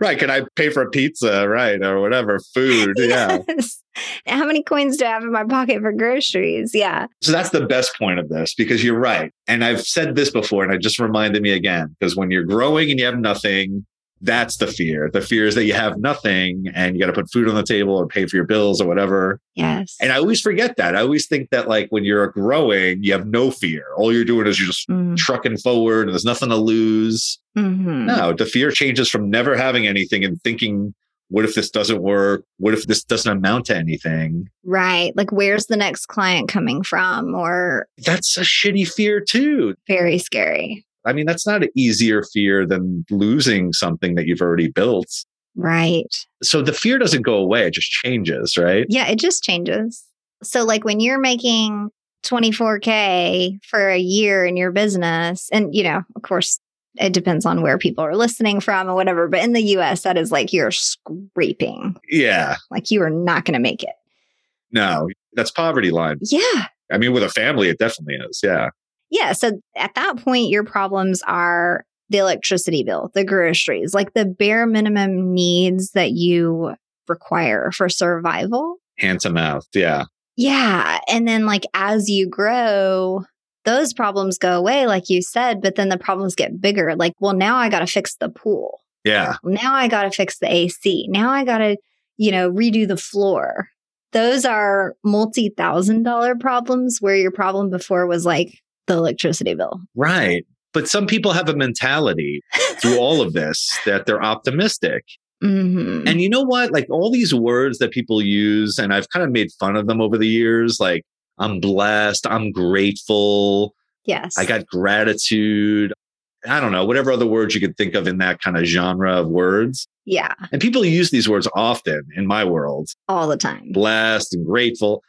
Right. Can I pay for pizza? Right. Or whatever, food. Yeah. Yes. How many coins do I have in my pocket for groceries? Yeah. so that's the best point of this because you're right. And I've said this before and it just reminded me again because when you're growing and you have nothing, that's the fear. The fear is that you have nothing and you got to put food on the table or pay for your bills or whatever. Yes. And I always forget that. I always think that like when you're growing, you have no fear. All you're doing is you're just trucking forward and there's nothing to lose. Mm-hmm. No, the fear changes from never having anything and thinking, what if this doesn't work? What if this doesn't amount to anything? Right. Like, where's the next client coming from? Or That's a shitty fear too. very scary. I mean, that's not an easier fear than losing something that you've already built. Right. So the fear doesn't go away, it just changes, right? Yeah. It just changes. So, like, when you're making 24K for a year in your business, and, you know, of course, it depends on where people are listening from and whatever. But in the US, that is like you're scraping. Yeah. Like, you are not going to make it. No, that's poverty line. Yeah. I mean, with a family, it definitely is. Yeah. Yeah. So at that point, your problems are the electricity bill, the groceries, like the bare minimum needs that you require for survival. Hand to mouth. Yeah. Yeah. And then, like, as you grow, those problems go away, like you said, but then the problems get bigger. Like, well, now I got to fix the pool. Yeah. Now I got to fix the AC. Now I got to, you know, redo the floor. Those are multi thousand dollar problems where your problem before was like the electricity bill. Right. But some people have a mentality through all of this that they're optimistic. hmm And you know what? Like all these words that people use, and I've kind of made fun of them over the years like, I'm blessed, I'm grateful, yes. I got gratitude. I don't know, whatever other words you could think of in that kind of genre of words. yeah, And people use these words often in my world all the time. blessed and grateful.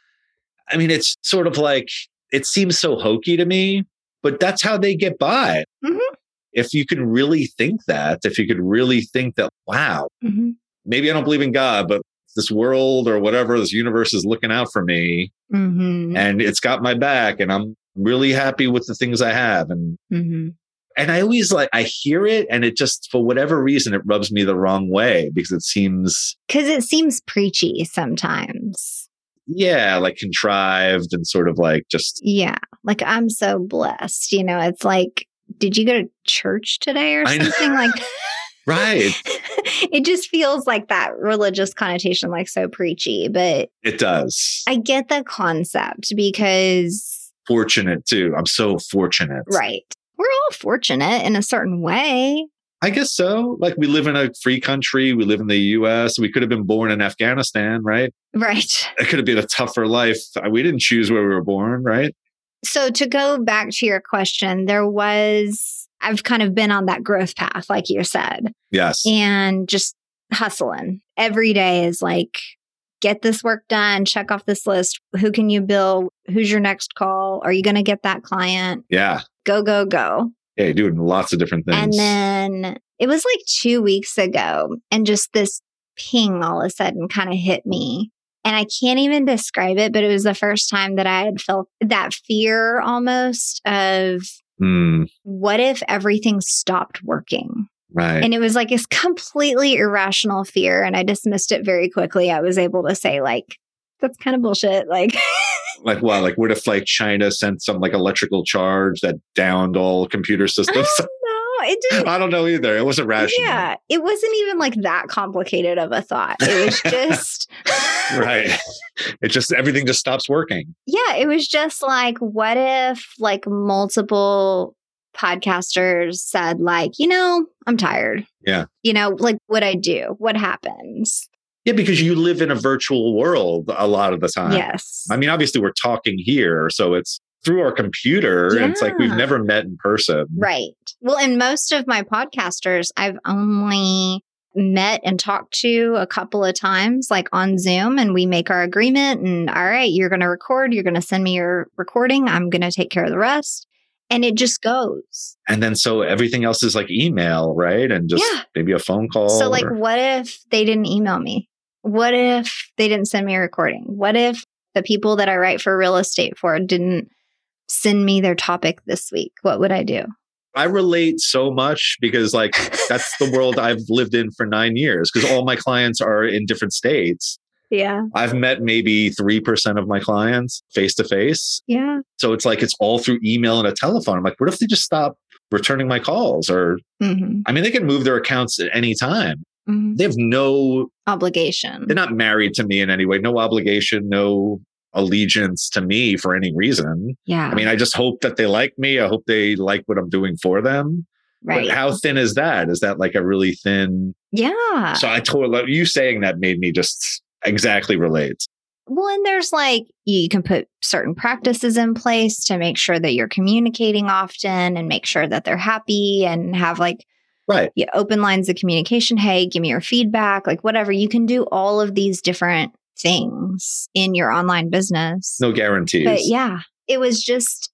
I mean, it's sort of like, it seems so hokey to me, but that's how they get by. Mhm. If you can really think that, if you could really think that, wow, Mhm. maybe I don't believe in God, but this world or whatever, this universe is looking out for me Mm-hmm. and it's got my back and I'm really happy with the things I have. And Mm-hmm. and I always like I hear it and it just for whatever reason it rubs me the wrong way because it seems Because it seems preachy sometimes. yeah, like contrived and sort of like just Yeah. Like, I'm so blessed. You know, it's like, did you go to church today or I know. something like right. it just feels like that religious connotation, like so preachy. But It does. I get the concept because, fortunate too. I'm so fortunate. right, we're all fortunate in a certain way. I guess so. Like we live in a free country. We live in the US. We could have been born in Afghanistan, right? Right. It could have been a tougher life. We didn't choose where we were born, right? So, to go back to your question, there was, I've kind of been on that growth path, like you said, Yes. and just hustling. Every day is like, get this work done, check off this list. Who can you bill? Who's your next call? Are you going to get that client? Yeah. Go, go, go. Yeah, you're doing lots of different things. And then it was like two weeks ago, and just this ping all of a sudden kind of hit me. And I can't even describe it, but it was the first time that I had felt that fear almost of Hmm, what if everything stopped working? right. And it was like this completely irrational fear. And I dismissed it very quickly. I was able to say, like, that's kind of bullshit. Like, like what? Like what if like China sent some like electrical charge that downed all computer I don't systems? know. It didn't I don't know either. It wasn't rational. Yeah, it wasn't even like that complicated of a thought. It was just Right. It just everything just stops working. Yeah, it was just like what if like multiple podcasters said like, you know, I'm tired. Yeah. You know, like what I do, what happens? Yeah, because you live in a virtual world a lot of the time. yes. I mean, obviously we're talking here, so it's through our computer. And it's like we've Yeah. never met in person. right. Well, and most of my podcasters I've only met and talked to a couple of times like on Zoom and we make our agreement and all right, you're going to record, you're going to send me your recording, I'm going to take care of the rest. And it just goes. And then so everything else is like email, right? And just Yeah. maybe a phone call. So, like, or- what if they didn't email me? What if they didn't send me a recording? What if the people that I write for real estate for didn't send me their topic this week? What would I do? I relate so much because like that's the world I've lived in for nine years because all my clients are in different states. Yeah. I've met maybe 3% of my clients face to face. Yeah. So it's like it's all through email and a telephone. I'm like, what if they just stop returning my calls? Or, hmm I mean, they can move their accounts at any time. hmm They have no, Obligation. they're not married to me in any way, no obligation, no allegiance to me for any reason. yeah. I mean, I just hope that they like me. I hope they like what I'm doing for them. right. But how thin is that? Is that like a really thin? yeah. So I totally you saying that made me just exactly relate. Well, and there's like, you can put certain practices in place to make sure that you're communicating often and make sure that they're happy and have like Right. you open lines of communication. Hey, give me your feedback, like whatever. You can do all of these different things in your online business. No guarantees. but yeah, it was just,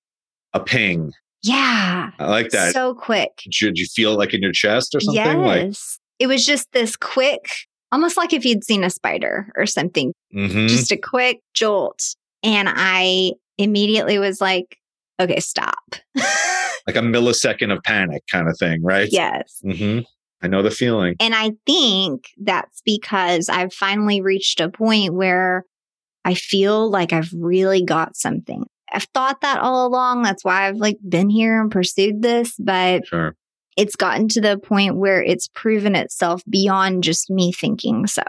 A ping. yeah, I like that. so quick. Should you feel like in your chest or something? Like Yes. it was just this quick, almost like if you'd seen a spider or something, mhm. just a quick jolt. And I immediately was like, okay, stop. like a millisecond of panic kind of thing, right? yes. hmm I know the feeling. And I think that's because I've finally reached a point where I feel like I've really got something. I've thought that all along. That's why I've like been here and pursued this, but Sure. it's gotten to the point where it's proven itself beyond just me thinking so.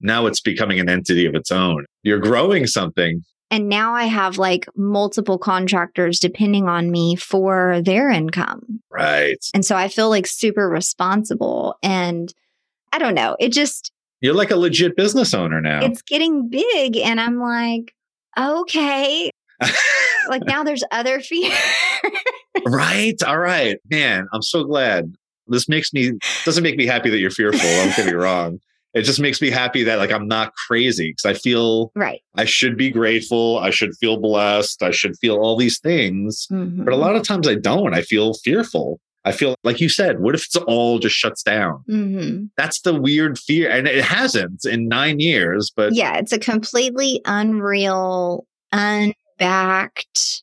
Now it's becoming an entity of its own. You're growing something. And now I have like multiple contractors depending on me for their income. Right. And so I feel like super responsible. And I don't know, it just, You're like a legit business owner now. it's getting big and i'm like okay like now there's other fear Right. All right. Man, I'm so glad. This makes me doesn't make me happy that you're fearful. I'm gonna be wrong. It just makes me happy that like I'm not crazy because I feel right I should be grateful. I should feel blessed. I should feel all these things. But a lot of times I don't. I feel fearful. I feel like you said, what if it's all just shuts down? hmm That's the weird fear. And it hasn't in nine years, but yeah, it's a completely unreal, unbacked,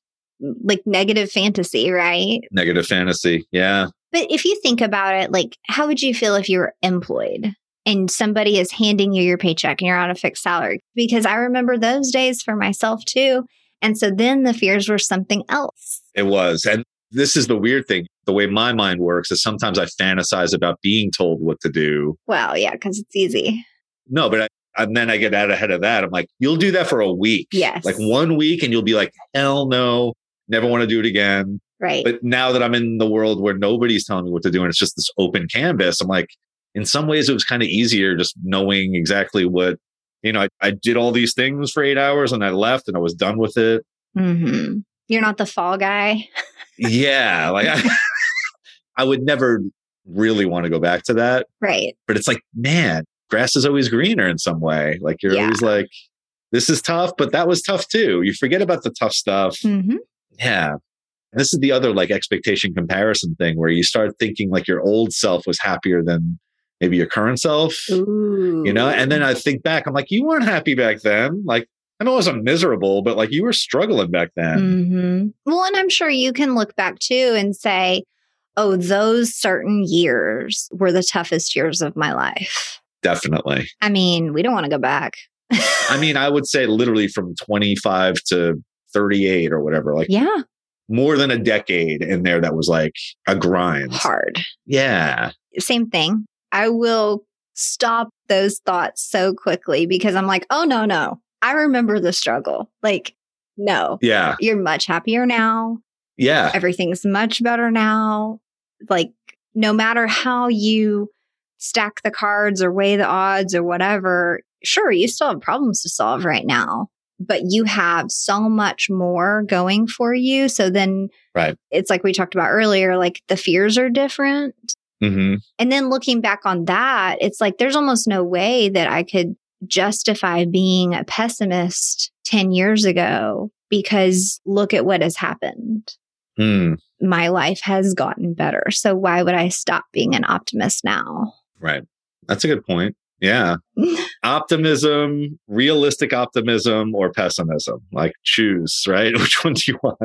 like negative fantasy, right? negative fantasy. Yeah. But if you think about it, like, how would you feel if you were employed and somebody is handing you your paycheck and you're on a fixed salary? Because I remember those days for myself too. And so then the fears were something else. It was. And this is the weird thing. The way my mind works is sometimes I fantasize about being told what to do. Well, yeah, because it's easy. No, but I, and then I get out ahead of that. I'm like, you'll do that for a week. Yes. Like one week, and you'll be like, hell no, never want to do it again. Right. But now that I'm in the world where nobody's telling me what to do and it's just this open canvas, I'm like, in some ways, it was kind of easier just knowing exactly what, you know, I, I did all these things for eight hours and I left and I was done with it. hmm You're not the fall guy. Yeah. Like I, I would never really want to go back to that. Right. but it's like, man, grass is always greener in some way. Like you're Yeah. always like, this is tough, but that was tough too. You forget about the tough stuff. hmm Yeah. And this is the other like expectation comparison thing where you start thinking like your old self was happier than maybe your current self, Ooh. you know? And then uh, I think back, I'm like, you weren't happy back then. Like, I know I wasn't miserable, but like you were struggling back then. hmm Well, and I'm sure you can look back too and say, oh, those certain years were the toughest years of my life. Definitely. I mean, we don't want to go back. I mean, I would say literally from 25 to 38 or whatever, like yeah, more than a decade in there that was like a grind. hard. Yeah. Same thing. I will stop those thoughts so quickly because I'm like, oh, no, no. I remember the struggle. Like, no, Yeah. you're much happier now. Yeah. Everything's much better now. Like, no matter how you stack the cards or weigh the odds or whatever, sure, you still have problems to solve right now, but you have so much more going for you. So then, Right. it's like we talked about earlier, like the fears are different. hmm And then looking back on that, it's like there's almost no way that I could justify being a pessimist 10 years ago because look at what has happened. Mm. My life has gotten better. So why would I stop being an optimist now? Right. That's a good point. Yeah. Optimism, realistic optimism, or pessimism. Like choose, right? Which one do you want?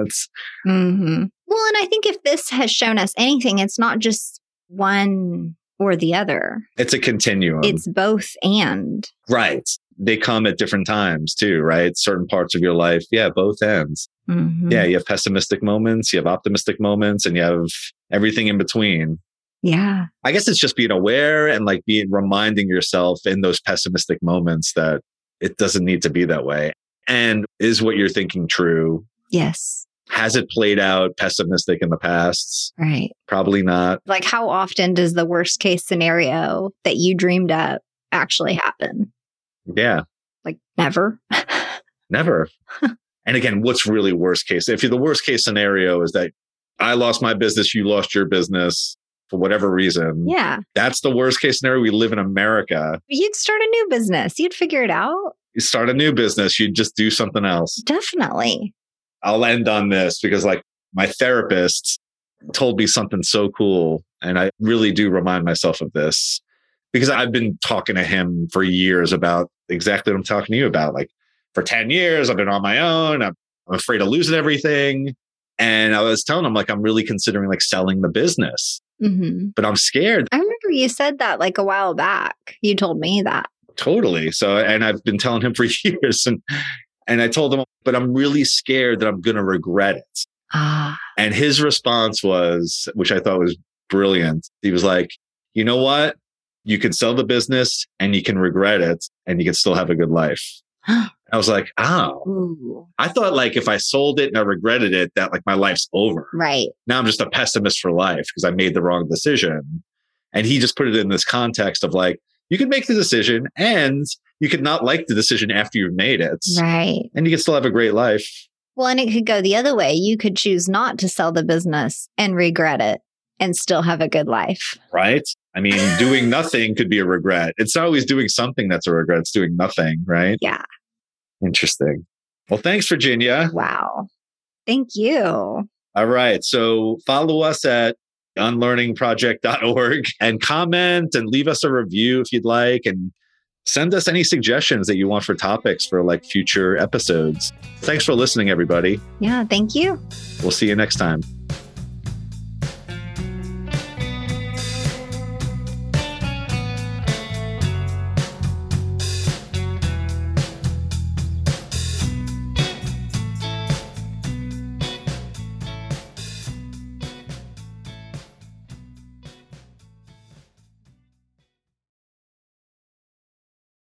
Mm-hmm. Well, and I think if this has shown us anything, it's not just one or the other, It's a continuum. it's both and. right. They come at different times too, right? Certain parts of your life. Yeah. Both ends. Mhm. Yeah. You have pessimistic moments, you have optimistic moments, and you have everything in between. Yeah. I guess it's just being aware and like being reminding yourself in those pessimistic moments that it doesn't need to be that way. And is what you're thinking true? Yes. Has it played out pessimistic in the past? Right. Probably not. like how often does the worst case scenario that you dreamed up actually happen Yeah, like never never. and again, what's really worst case? If you're the worst case scenario is that I lost my business, you lost your business for whatever reason. yeah That's the worst case scenario. We live in America. you'd start a new business you'd figure it out You start a new business, you just do something else. definitely I'll end on this because like my therapist told me something so cool and I really do remind myself of this because I've been talking to him for years about exactly what I'm talking to you about like for 10 years I've been on my own I'm, I'm afraid of losing everything and I was telling him like I'm really considering like selling the business hmm but I'm scared i remember you said that like a while back you told me that totally so and I've been telling him for years and and I told him but I'm really scared that I'm going to regret it ah And his response was, which I thought was brilliant. He was like, you know what? You can sell the business and you can regret it and you can still have a good life. I was like, oh, ooh. I thought like if I sold it and I regretted it, that like my life's over. right Now I'm just a pessimist for life because I made the wrong decision. And he just put it in this context of like, you can make the decision and you could not like the decision after you've made it right and you can still have a great life. well and it could go the other way you could choose not to sell the business and regret it and still have a good life right? I mean, doing nothing could be a regret. It's not always doing something that's a regret. It's doing nothing, right? yeah Interesting. Well, thanks, Uh. Virginia. wow thank you All right. So follow us at unlearningproject.org, and comment and leave us a review if you'd like. And send us any suggestions that you want for topics for like future episodes. Thanks for listening, everybody. Yeah, thank you. We'll see you next time.